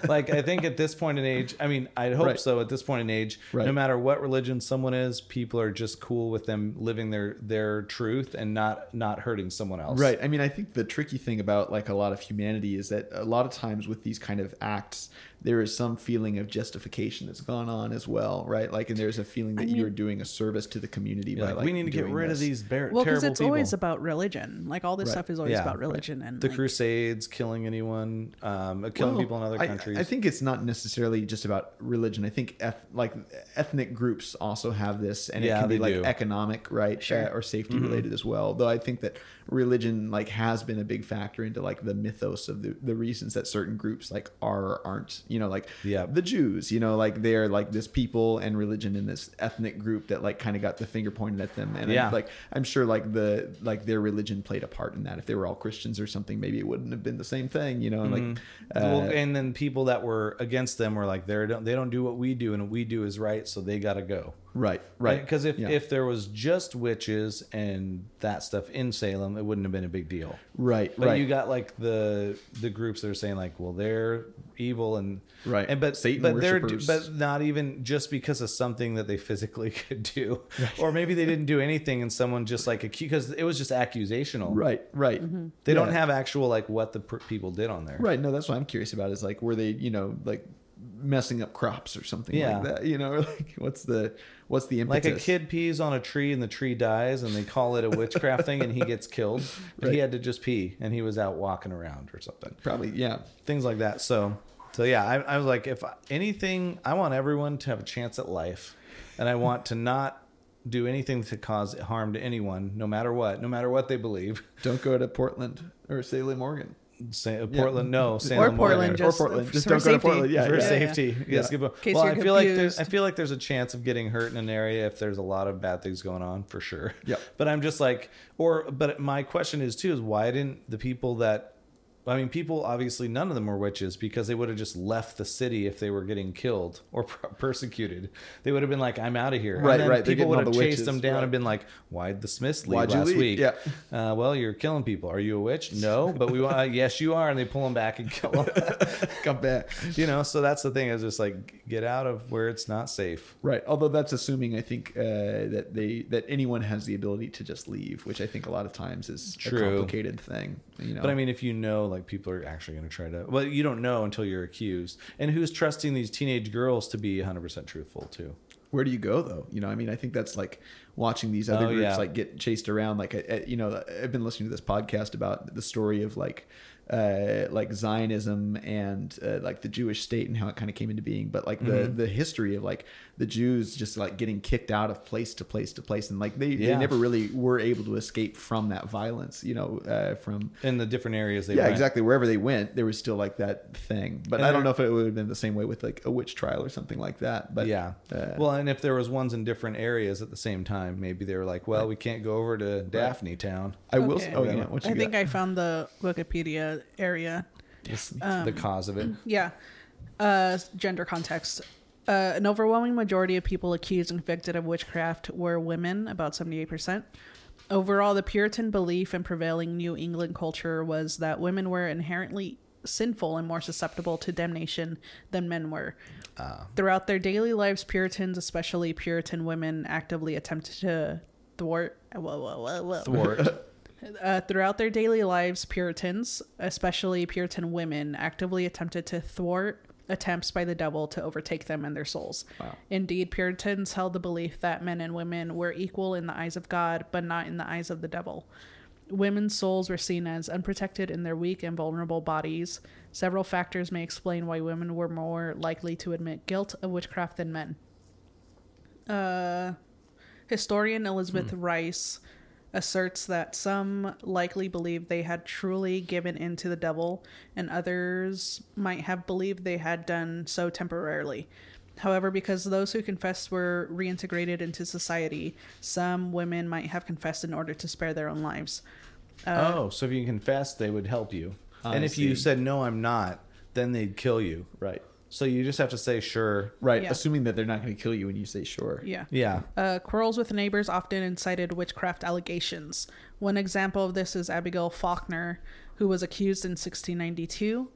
Speaker 1: like I think at this point in age, I mean, I hope
Speaker 3: Right.
Speaker 1: so. At this point in age,
Speaker 3: Right.
Speaker 1: no matter what religion someone is, people are just cool with them living their their truth and not not hurting someone else.
Speaker 3: Right. I mean, I think the tricky thing about like a lot of humanity is that a lot of times with these kind of acts, there is some feeling of justification that's gone on as well, right? Like, and there's a feeling that you're doing a service to the community. by,
Speaker 1: Like,
Speaker 3: like,
Speaker 1: we need to get
Speaker 3: doing
Speaker 1: rid of
Speaker 3: this.
Speaker 1: these bar-
Speaker 2: Well, because
Speaker 1: terrible
Speaker 2: it's
Speaker 1: people.
Speaker 2: always about religion. Like all this
Speaker 3: Right.
Speaker 2: stuff is always
Speaker 1: Yeah,
Speaker 2: about
Speaker 1: right.
Speaker 2: religion and
Speaker 1: the
Speaker 2: like,
Speaker 1: Crusades, killing anyone, um, killing
Speaker 3: Well,
Speaker 1: people in other
Speaker 3: I-
Speaker 1: countries.
Speaker 3: I, think it's not necessarily just about religion. I think eth- like ethnic groups also have this, and
Speaker 1: Yeah,
Speaker 3: it can be
Speaker 1: they
Speaker 3: like
Speaker 1: do. Mm-hmm.
Speaker 3: economic, right,
Speaker 2: Sure.
Speaker 3: uh, or safety related as well. Though I think that religion like has been a big factor into like the mythos of the, the reasons that certain groups like are or aren't. You know, like
Speaker 1: Yeah.
Speaker 3: the Jews. You know, like they're like this people and religion in this ethnic group that like kind of got the finger pointed at them. And I'm,
Speaker 1: Yeah.
Speaker 3: like I'm sure like the like their religion played a part in that. If they were all Christians or something, maybe it wouldn't have been the same thing. You know, and, like.
Speaker 1: Mm-hmm. well,
Speaker 3: uh,
Speaker 1: and then people that were against them were like, they don't they don't do what we do, and what we do is right, so they got to go.
Speaker 3: Right, right.
Speaker 1: Because if
Speaker 3: Yeah.
Speaker 1: if there was just witches and that stuff in Salem, it wouldn't have been a big deal.
Speaker 3: right,
Speaker 1: But
Speaker 3: right,
Speaker 1: you got like the the groups that are saying like, well, they're evil and
Speaker 3: Right.
Speaker 1: and but
Speaker 3: Satan
Speaker 1: but they're
Speaker 3: worshippers.
Speaker 1: but not even just because of something that they (laughs) physically could do, or maybe they didn't do anything, and someone just like because it was just accusational,
Speaker 3: right, right.
Speaker 1: They don't
Speaker 3: Yeah.
Speaker 1: have actual like what the per- people did on there.
Speaker 3: right. No, that's what I'm curious about. Is like were they, you know, like messing up crops or something
Speaker 1: Yeah.
Speaker 3: like that? You know, (laughs) or like what's the what's the
Speaker 1: Like
Speaker 3: impetus?
Speaker 1: a kid pees on a tree and the tree dies and they call it a witchcraft thing and he gets killed. But he
Speaker 3: Right.
Speaker 1: had to just pee and he was out walking around or something.
Speaker 3: probably, yeah,
Speaker 1: Things like that. So so yeah, I, I was like, if anything, I want everyone to have a chance at life, and I want to not do anything to cause harm to anyone, no matter what, no matter what they believe. (laughs)
Speaker 3: don't go to Portland or Salem, Oregon.
Speaker 1: Sa- Portland, no, Salem,
Speaker 2: Or Portland,
Speaker 1: Oregon.
Speaker 2: just,
Speaker 3: or Portland.
Speaker 2: for
Speaker 3: Just don't go to
Speaker 2: safety.
Speaker 3: Portland. Yeah,
Speaker 1: for
Speaker 3: yeah, yeah.
Speaker 1: safety.
Speaker 3: yeah.
Speaker 1: Yes, give a-
Speaker 2: case
Speaker 1: well,
Speaker 2: you're
Speaker 1: I feel like there's,
Speaker 2: confused.
Speaker 1: I feel like there's a chance of getting hurt in an area if there's a lot of bad things going on for sure.
Speaker 3: Yep.
Speaker 1: (laughs) But I'm just like, or but my question is too is why didn't the people that, I mean, people obviously none of them were witches because they would have just left the city if they were getting killed or (laughs) per- persecuted. They would have been like, I'm out of here.
Speaker 3: Right,
Speaker 1: And then
Speaker 3: right. They're
Speaker 1: People
Speaker 3: getting
Speaker 1: would
Speaker 3: all
Speaker 1: have
Speaker 3: the
Speaker 1: chased
Speaker 3: witches,
Speaker 1: them down
Speaker 3: right.
Speaker 1: and been like, Why'd the Smiths leave
Speaker 3: Why'd you
Speaker 1: last
Speaker 3: leave?
Speaker 1: week?
Speaker 3: Yeah.
Speaker 1: Uh, well, you're killing people. Are you a witch? No,
Speaker 3: (laughs)
Speaker 1: but we want. Uh, yes, you are. And they pull them back and kill them.
Speaker 3: Come back.
Speaker 1: you know so that's the thing is just like get out of where it's not safe
Speaker 3: Right. Although that's assuming, I think uh, that they that anyone has the ability to just leave, which I think a lot of times is
Speaker 1: True.
Speaker 3: a complicated thing. You know.
Speaker 1: but i mean if you know like people are actually going to try to well you don't know until you're accused and who's trusting these teenage girls to be 100% truthful too
Speaker 3: where do you go though? You know, I mean, I think that's like watching these other
Speaker 1: Oh,
Speaker 3: groups
Speaker 1: yeah.
Speaker 3: like get chased around. Like, I, I, you know, I've been listening to this podcast about the story of like, uh, like Zionism and uh, like the Jewish state and how it kind of came into being, but like the
Speaker 1: Mm-hmm.
Speaker 3: the history of like the Jews just like getting kicked out of place to place to place, and like they, they
Speaker 1: Yeah.
Speaker 3: never really were able to escape from that violence. You know, uh, from
Speaker 1: in the different areas they
Speaker 3: yeah,
Speaker 1: went.
Speaker 3: exactly. Wherever they went, there was still like that thing. But
Speaker 1: And
Speaker 3: I don't
Speaker 1: there-
Speaker 3: know if it would have been the same way with like a witch trial or something like that. But
Speaker 1: yeah
Speaker 3: uh,
Speaker 1: well and if there was ones in different areas at the same time maybe they were like well we can't go over to daphne town
Speaker 3: I will.
Speaker 2: Okay.
Speaker 3: Oh, yeah. What you
Speaker 2: I think
Speaker 3: got?
Speaker 2: I found the Wikipedia area.
Speaker 1: It's the cause of it
Speaker 2: Yeah. Uh, gender context. Uh, an overwhelming majority of people accused and convicted of witchcraft were women, about 78%. Overall, the Puritan belief in prevailing New England culture was that women were inherently sinful and more susceptible to damnation than men were.
Speaker 3: Ah.
Speaker 2: Throughout their daily lives, Puritans, especially Puritan women, actively attempted to thwart. Whoa, whoa, whoa, whoa
Speaker 3: (laughs)
Speaker 1: thwart
Speaker 2: uh, throughout their daily lives, Puritans, especially Puritan women, actively attempted to thwart attempts by the devil to overtake them and their souls. Indeed, Puritans held the belief that men and women were equal in the eyes of God, but not in the eyes of the devil. Women's souls were seen as unprotected in their weak and vulnerable bodies. Several factors may explain why women were more likely to admit guilt of witchcraft than men Uh, historian Elizabeth Rice asserts that some likely believed they had truly given in to the devil, and others might have believed they had done so temporarily. However, because those who confessed were reintegrated into society, some women might have confessed in order to spare their own lives.
Speaker 1: oh so if you confessed they would help you and
Speaker 3: I
Speaker 1: if you
Speaker 3: see.
Speaker 1: said no i'm not then they'd kill you
Speaker 3: right.
Speaker 1: so you just have to say sure
Speaker 3: Right.
Speaker 2: Yeah.
Speaker 3: Assuming that they're not going to kill you when you say sure.
Speaker 2: Yeah.
Speaker 1: yeah
Speaker 2: Uh, quarrels with neighbors often incited witchcraft allegations. One example of this is Abigail Faulkner, who was accused in 1692.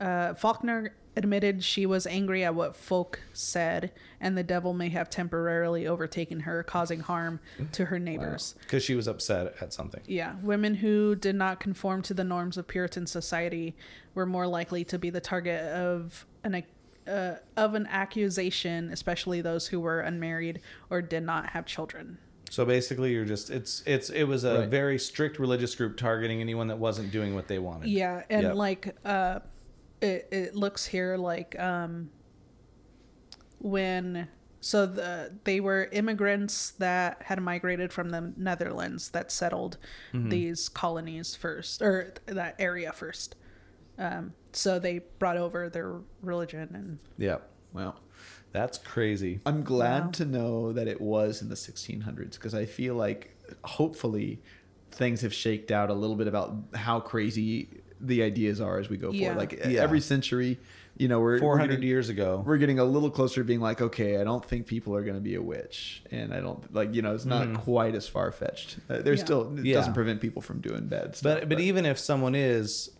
Speaker 2: Uh, Faulkner admitted she was angry at what folk said, and the devil may have temporarily overtaken her, causing harm to her neighbors.
Speaker 1: because she was upset at something
Speaker 2: Yeah, women who did not conform to the norms of Puritan society were more likely to be the target of an uh, of an accusation, especially those who were unmarried or did not have children.
Speaker 1: So basically, you're just it's it's it was a
Speaker 3: Right.
Speaker 1: very strict religious group targeting anyone that wasn't doing what they wanted.
Speaker 2: Yeah, and
Speaker 1: Yep.
Speaker 2: like uh it it looks here like um when so the they were immigrants that had migrated from the Netherlands that settled these colonies first or th- that area first. Um so they brought over their religion and
Speaker 1: Yep.
Speaker 3: Wow.
Speaker 1: That's crazy.
Speaker 3: I'm glad
Speaker 2: Wow.
Speaker 3: to know that it was in the 1600s because I feel like hopefully things have shaked out a little bit about how crazy the ideas are as we go
Speaker 2: Yeah.
Speaker 3: forward. Like e,
Speaker 1: Yeah.
Speaker 3: every century, you know, we're
Speaker 1: Four
Speaker 3: we're
Speaker 1: hundred
Speaker 3: getting-
Speaker 1: years ago.
Speaker 3: We're getting a little closer to being like, okay, I don't think people are going to be a witch, and I don't like, you know, it's not quite as far fetched. Uh, there's
Speaker 2: Yeah.
Speaker 3: still it
Speaker 1: Mm-hmm. Yeah.
Speaker 3: doesn't prevent people from doing bad stuff.
Speaker 1: But, but even if someone is,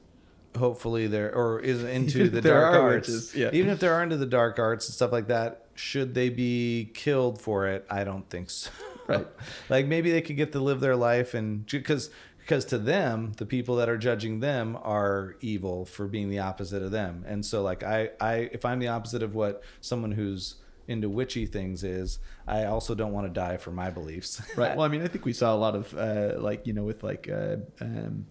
Speaker 1: hopefully there or is
Speaker 3: (laughs)
Speaker 1: into the
Speaker 3: There
Speaker 1: dark
Speaker 3: are
Speaker 1: arts.
Speaker 3: witches, yeah.
Speaker 1: Even if they're into the dark arts and stuff like that, should they be killed for it? I don't think so.
Speaker 3: Right.
Speaker 1: (laughs) like maybe they could get to live their life and because because to them the people that are judging them are evil for being the opposite of them and so like i i if i'm the opposite of what someone who's into witchy things is i also don't want to die for my beliefs (laughs)
Speaker 3: right well i mean i think we saw a lot of uh like you know with like uh um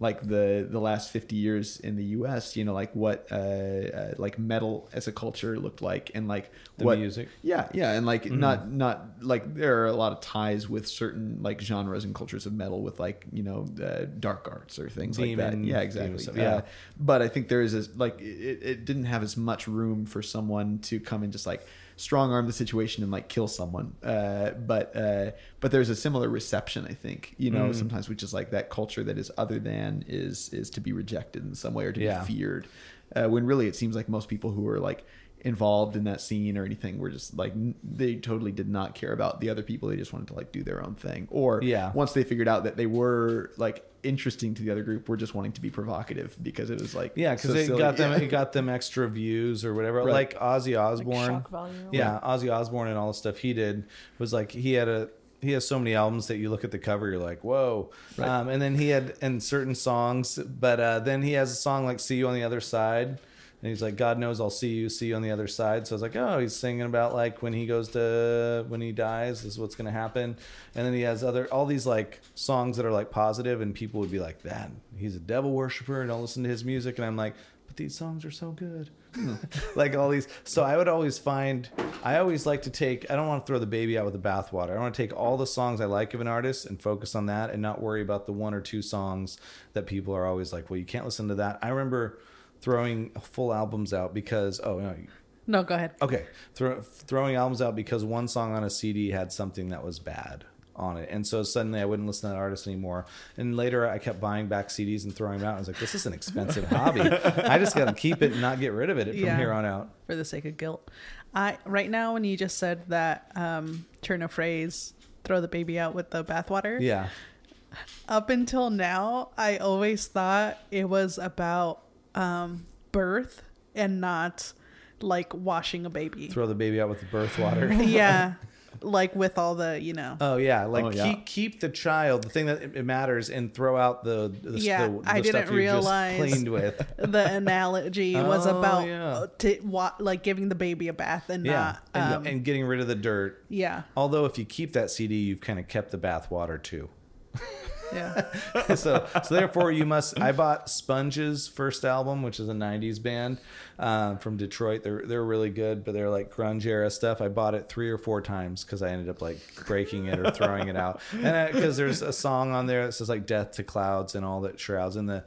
Speaker 3: like the the last 50 years in the US, you know, like what uh, uh like metal as a culture looked like and like
Speaker 1: The
Speaker 3: what
Speaker 1: music. Mm-hmm.
Speaker 3: Yeah, yeah, and like not not like there are a lot of ties with certain like genres and cultures of metal with like, you know, uh, dark arts or things like that.
Speaker 1: Demon-
Speaker 3: Yeah,
Speaker 1: demon
Speaker 3: exactly. Uh,
Speaker 1: stuff,
Speaker 3: yeah.
Speaker 1: yeah.
Speaker 3: but I think there is a like it, it didn't have as much room for someone to come and just like strong arm the situation and like kill someone. Uh, but uh, but there's a similar reception, I think. You know,
Speaker 1: Mm-hmm.
Speaker 3: sometimes which is like that culture that is other than is is to be rejected in some way or to
Speaker 1: Yeah.
Speaker 3: be feared. Uh, when really it seems like most people who are like involved in that scene or anything were just like n- they totally did not care about the other people they just wanted to like do their own thing or
Speaker 1: Yeah.
Speaker 3: once they figured out that they were like interesting to the other group were just wanting to be provocative because it was like
Speaker 1: Yeah, because
Speaker 3: so
Speaker 1: it
Speaker 3: silly.
Speaker 1: got them
Speaker 3: Yeah.
Speaker 1: it got them extra views or whatever.
Speaker 3: Right.
Speaker 1: Like Ozzy Osbourne,
Speaker 5: shock value.
Speaker 1: yeah, Ozzy Osbourne and all the stuff he did was like he had a he has so many albums that you look at the cover, you're like, whoa.
Speaker 3: Right.
Speaker 1: Um, and then he had in certain songs, but uh, then he has a song like "See You on the Other Side." And he's like, God knows I'll see you, see you on the other side. So I was like, oh, he's singing about like when he goes to, when he dies, this is what's going to happen. And then he has other, all these like songs that are like positive, and people would be like, that, he's a devil worshiper, and I'll listen to his music. And I'm like, but these songs are so good. (laughs) like all these. So I would always find, I always like to take, I don't want to throw the baby out with the bathwater. I want to take all the songs I like of an artist and focus on that and not worry about the one or two songs that people are always like, well, you can't listen to that. I remember throwing full albums out because, oh, no.
Speaker 2: No, go ahead.
Speaker 1: Okay. Throw, throwing albums out because one song on a CD had something that was bad on it. And so suddenly I wouldn't listen to that artist anymore. And later I kept buying back CDs and throwing them out. I was like, this is an expensive
Speaker 2: (laughs)
Speaker 1: hobby. I just got to keep it and not get rid of it from
Speaker 2: Yeah.
Speaker 1: here on out.
Speaker 2: for the sake of guilt. I right now when you just said that um, turn a phrase, throw the baby out with the bathwater.
Speaker 1: Yeah.
Speaker 2: Up until now, I always thought it was about um, birth and not like washing a baby.
Speaker 1: Throw (laughs) the baby out with the birth water.
Speaker 2: (laughs) yeah, like with all the you know.
Speaker 1: Oh yeah, like
Speaker 3: Oh, yeah.
Speaker 1: keep keep the child, the thing that it it matters, and throw out the, the
Speaker 2: Yeah,
Speaker 1: the, the
Speaker 2: I didn't
Speaker 1: stuff you
Speaker 2: realize.
Speaker 1: just cleaned
Speaker 2: (laughs)
Speaker 1: with. (laughs)
Speaker 2: the analogy was
Speaker 1: Oh,
Speaker 2: about
Speaker 1: yeah.
Speaker 2: uh, to, wa- like giving the baby a bath and
Speaker 1: Yeah,
Speaker 2: not
Speaker 1: and,
Speaker 2: um,
Speaker 1: and getting rid of the dirt.
Speaker 2: yeah
Speaker 1: Although if you keep that CD, you've kind of kept the bath water too.
Speaker 2: yeah
Speaker 1: (laughs) so so therefore you must i bought sponges first album which is a 90s band um, from detroit they're they're really good but they're like grunge era stuff i bought it three or four times because i ended up like breaking it or throwing it out and because there's a song on there that says like death to clouds and all that shrouds and the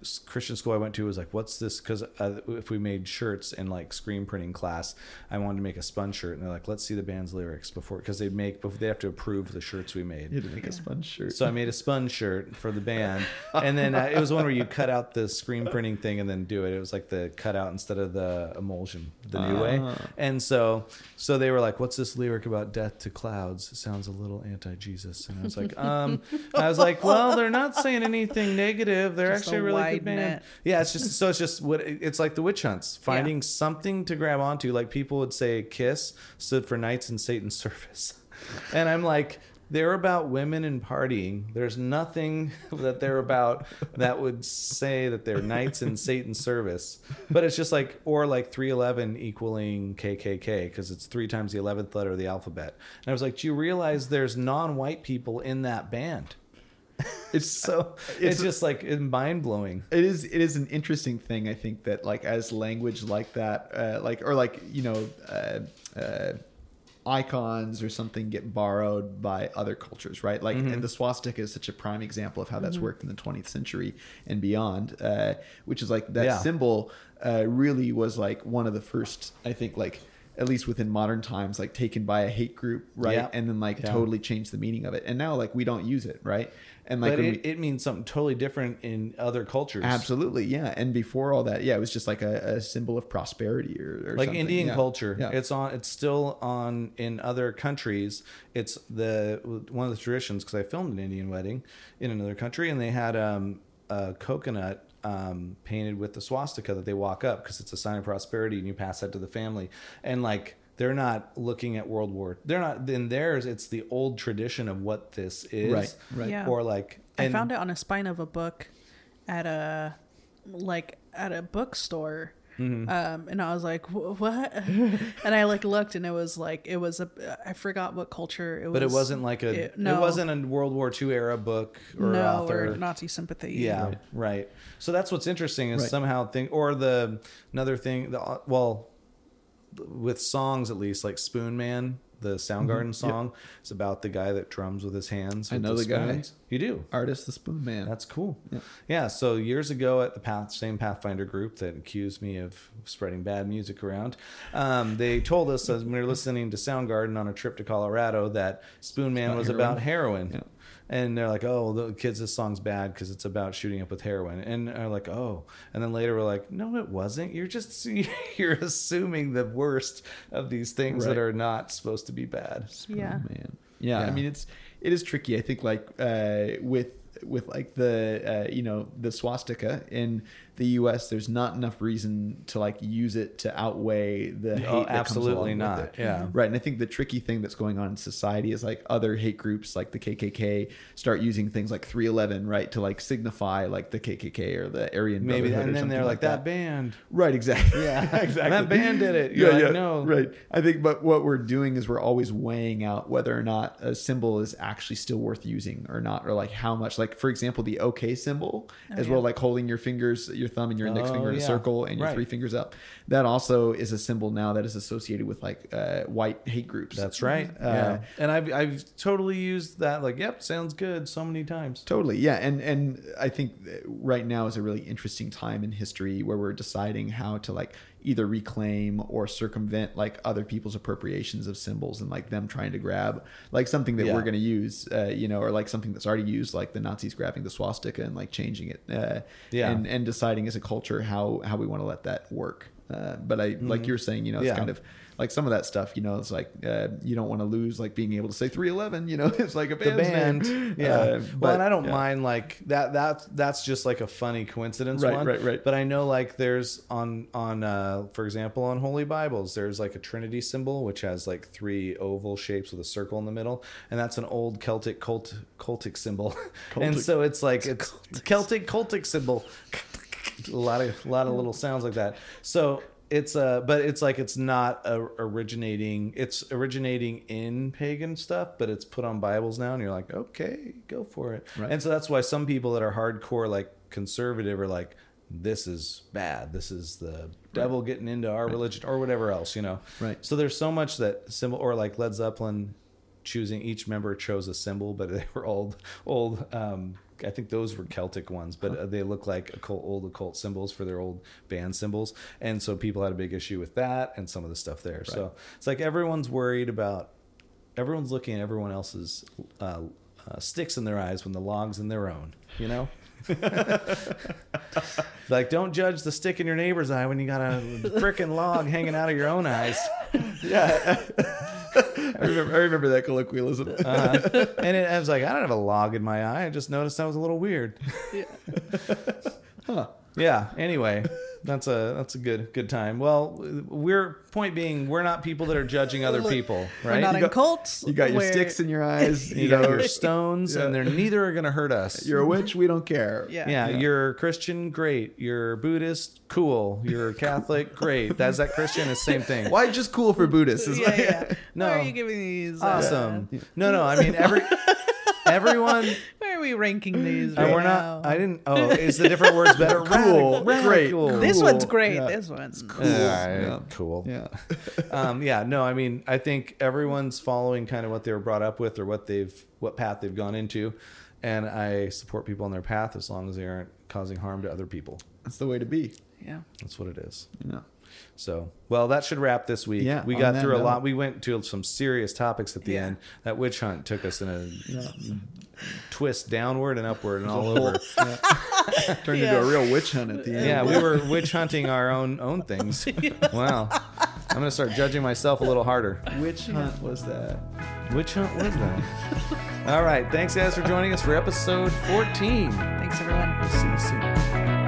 Speaker 1: s- Christian school I went to was like, what's this? Because uh, if we made shirts in like screen printing class, I wanted to make a sponge shirt, and they're like, let's see the band's lyrics before, because they make, bef- they have to approve the shirts we made.
Speaker 3: (laughs) you had to make a sponge shirt
Speaker 1: So I made a sponge shirt for the band, and then uh, it was one where you cut out the screen printing thing and then do it. It was like the cutout instead of the emulsion, the new
Speaker 2: Ah.
Speaker 1: way. And so, so they were like, "What's this lyric about death to clouds? It sounds a little anti-Jesus." And I was
Speaker 2: (laughs)
Speaker 1: like, "Um, I was like, well, they're not saying anything negative. They're
Speaker 2: Just
Speaker 1: actually a
Speaker 2: a
Speaker 1: really good
Speaker 2: wide
Speaker 1: band."
Speaker 2: net.
Speaker 1: Yeah, it's just so it's just what it's like the witch hunts, finding something to grab onto. Like people would say, "Kiss" stood for Knights in Satan's Service, (laughs) and I'm like, they're about women and partying. There's nothing (laughs) that they're about that would say that they're Knights in Satan's Service. But it's just like, or like 311 equaling KKK because it's three times the 11th letter of the alphabet. And I was like, do you realize there's non-white people in that band? (laughs)
Speaker 3: it's
Speaker 1: So it's, just like mind blowing.
Speaker 3: it is it is an interesting thing i think that like as language like that uh, like or like you know uh, uh, icons or something get borrowed by other cultures right like
Speaker 1: Mm-hmm.
Speaker 3: and the swastika is such a prime example of how that's worked in the 20th century and beyond uh, which is like that
Speaker 1: Yeah.
Speaker 3: symbol uh, really was like one of the first i think like at least within modern times like taken by a hate group right
Speaker 1: Yeah.
Speaker 3: and then like
Speaker 1: Yeah.
Speaker 3: totally changed the meaning of it and now like we don't use it right and like
Speaker 1: but
Speaker 3: when we-
Speaker 1: it, it means something totally different in other cultures.
Speaker 3: Absolutely, yeah. And before all that, yeah, it was just like a, a symbol of prosperity or, or
Speaker 1: Like
Speaker 3: something.
Speaker 1: Indian
Speaker 3: Yeah.
Speaker 1: culture,
Speaker 3: Yeah.
Speaker 1: it's on. It's still on in other countries. It's the one of the traditions because I filmed an Indian wedding in another country, and they had um, a coconut um, painted with the swastika that they walk up because it's a sign of prosperity, and you pass that to the family. And like they're not looking at World War. They're not in theirs. It's the old tradition of what this is,
Speaker 3: Right, right.
Speaker 2: Yeah.
Speaker 1: Or like
Speaker 2: I found it on a spine of a book at a like at a bookstore
Speaker 1: Mm-hmm.
Speaker 2: um, and I was like, "Wh- "What?" (laughs) and I like looked, and it was like it was a I forgot what culture it was,
Speaker 1: But it wasn't like a
Speaker 2: it- no.
Speaker 1: it wasn't a World War II era book or
Speaker 2: no
Speaker 1: author.
Speaker 2: or Nazi sympathy.
Speaker 1: Yeah, right. So that's what's interesting is
Speaker 3: Right.
Speaker 1: somehow thing or the another thing the well with songs at least like Spoon Man, the Soundgarden song, it's about the guy that drums with his hands.
Speaker 3: Mm-hmm. I
Speaker 1: with
Speaker 3: know the guy.
Speaker 1: spoons. You do.
Speaker 3: Artist the Spoon Man.
Speaker 1: That's cool. Yeah. So years ago at the path, same Pathfinder group that accused me of spreading bad music around, um, they told us as we were listening to Soundgarden on a trip to Colorado that Spoon Man
Speaker 3: about
Speaker 1: was
Speaker 3: heroin.
Speaker 1: about heroin.
Speaker 3: Yeah.
Speaker 1: And they're like, oh, the kids, this song's bad because it's about shooting up with heroin. And they're like, oh. And then later we're like, no, it wasn't. You're just, (laughs) you're assuming the worst of these things
Speaker 3: Right.
Speaker 1: that are not supposed to be bad.
Speaker 2: yeah.
Speaker 3: Oh, man. Yeah, I
Speaker 1: Yeah.
Speaker 3: mean it's it is tricky. I think like uh, with with like the uh, you know the swastika in the U.S. There's not enough reason to like use it to outweigh the hate.
Speaker 1: Oh,
Speaker 3: that comes
Speaker 1: absolutely
Speaker 3: along with
Speaker 1: not.
Speaker 3: it.
Speaker 1: Yeah.
Speaker 3: Right. And I think the tricky thing that's going on in society is like other hate groups like the KKK start using things like 311, right, to like signify like the KKK or the Aryan
Speaker 1: Maybe.
Speaker 3: Brotherhood or
Speaker 1: And then they're
Speaker 3: something
Speaker 1: like, that band.
Speaker 3: Right, exactly. (laughs)
Speaker 1: Yeah.
Speaker 3: exactly.
Speaker 1: That band did it. You're like, no.
Speaker 3: Right. I think, but what we're doing is we're always weighing out whether or not a symbol is actually still worth using or not, or like how much. Like, for example, the OK symbol, as well,
Speaker 2: yeah.
Speaker 3: like holding your fingers, your thumb and your index
Speaker 1: Oh,
Speaker 3: finger in a
Speaker 1: yeah.
Speaker 3: circle and your
Speaker 1: Right.
Speaker 3: three fingers up. That also is a symbol now that is associated with like uh, white hate groups.
Speaker 1: That's (laughs) right. yeah. Uh, And I've I've totally used that like, yep, sounds good so many times.
Speaker 3: Totally, yeah, and and I think that right now is a really interesting time in history where we're deciding how to like either reclaim or circumvent like other people's appropriations of symbols and like them trying to grab like something that
Speaker 1: Yeah.
Speaker 3: we're going to use, uh, you know, or like something that's already used, like the Nazis grabbing the swastika and like changing it, uh,
Speaker 1: Yeah.
Speaker 3: and and deciding as a culture how how we want to let that work. Uh, but I like you were saying, you know, it's
Speaker 1: Mm-hmm. Yeah.
Speaker 3: kind of like some of that stuff, you know, it's like uh, you don't want to lose like being able to say 311, you know, (laughs) it's like a
Speaker 1: The
Speaker 3: band's name.
Speaker 1: band. (laughs)
Speaker 3: (laughs)
Speaker 1: Yeah.
Speaker 3: Uh,
Speaker 1: well, and I don't
Speaker 3: yeah.
Speaker 1: mind like that that that's just like a funny coincidence
Speaker 3: Right,
Speaker 1: one.
Speaker 3: right, right.
Speaker 1: But I know like there's on on uh for example on holy bibles there's like a trinity symbol which has like three oval shapes with a circle in the middle and that's an old Celtic cult cultic symbol. (laughs) and
Speaker 3: Cultic.
Speaker 1: so it's like it's Celtic cultic symbol. (laughs) a lot of lot of little sounds like that. So it's uh but it's like it's not a, originating it's originating in pagan stuff but it's put on bibles now and you're like okay go for it
Speaker 3: Right.
Speaker 1: and so that's why some people that are hardcore like conservative are like this is bad this is the devil getting into our religion or whatever else you know
Speaker 3: Right.
Speaker 1: so there's so much that symbol or like led zeppelin choosing each member chose a symbol but (laughs) they were old old um I think those were Celtic ones, but uh, they look like occult, old occult symbols for their old band symbols, and so people had a big issue with that and some of the stuff there. So it's like everyone's worried about, everyone's looking at everyone else's uh, uh, sticks in their eyes when the log's in their own. You know, like don't judge the stick in your neighbor's eye when you got a frickin' log hanging out of your own eyes. (laughs)
Speaker 3: I remember, I remember that colloquialism.
Speaker 1: Uh, (laughs) and it, I was like, I don't have a log in my eye. I just noticed that was a little weird.
Speaker 3: Huh.
Speaker 1: Yeah. Anyway, that's a that's a good good time. Well, we're point being, we're not people that are judging other people, right?
Speaker 2: We're not
Speaker 1: you
Speaker 2: in
Speaker 1: got,
Speaker 2: cults.
Speaker 3: You got your
Speaker 2: We're-
Speaker 3: sticks
Speaker 1: (laughs)
Speaker 3: in your eyes. You,
Speaker 1: you
Speaker 3: know,
Speaker 1: got your stones, and they're neither are going to hurt us.
Speaker 3: you're a witch. We don't care.
Speaker 2: Yeah.
Speaker 1: yeah, you're Christian, great. You're Buddhist, cool. You're Catholic, great. That's that Christian is same thing.
Speaker 3: Why just cool for
Speaker 1: (laughs)
Speaker 3: Buddhists?
Speaker 2: (laughs)
Speaker 3: It's
Speaker 2: Yeah,
Speaker 3: like- (laughs)
Speaker 2: yeah.
Speaker 1: No.
Speaker 2: Why are you giving these? uh,
Speaker 1: Awesome. No, no, I mean
Speaker 2: (laughs)
Speaker 1: every everyone
Speaker 2: why are we ranking these?
Speaker 1: and
Speaker 2: Right
Speaker 1: we're
Speaker 2: now?
Speaker 1: not I didn't oh, is the different words better? Radical,
Speaker 3: Cool, great,
Speaker 1: radical.
Speaker 2: This one's
Speaker 3: Cool.
Speaker 2: great.
Speaker 3: Yeah.
Speaker 2: This one's cool.
Speaker 1: All right,
Speaker 3: Yeah.
Speaker 1: Cool.
Speaker 3: Yeah.
Speaker 1: (laughs) um, yeah, no, I mean, I think everyone's following kind of what they were brought up with or what they've what path they've gone into, and I support people on their path as long as they aren't causing harm to other people.
Speaker 3: (laughs) That's the way to be.
Speaker 2: Yeah.
Speaker 1: That's what it is.
Speaker 3: You know.
Speaker 1: So, well, that should wrap this week.
Speaker 3: Yeah,
Speaker 1: we
Speaker 3: on
Speaker 1: got
Speaker 3: that
Speaker 1: through a
Speaker 3: note.
Speaker 1: lot. We went to some serious topics at the
Speaker 2: Yeah.
Speaker 1: end. That witch hunt took us in a (laughs)
Speaker 3: Yeah.
Speaker 1: twist downward and upward and all over.
Speaker 3: Turned
Speaker 2: Yeah.
Speaker 3: into a real witch hunt at the end.
Speaker 1: Yeah, we were witch hunting our own own
Speaker 3: (laughs)
Speaker 1: things. Wow. I'm gonna start judging myself a little harder.
Speaker 3: Witch hunt was that?
Speaker 1: Witch hunt was that? All right. Thanks, guys, for joining us for episode 14.
Speaker 2: Thanks, everyone.
Speaker 1: See you soon.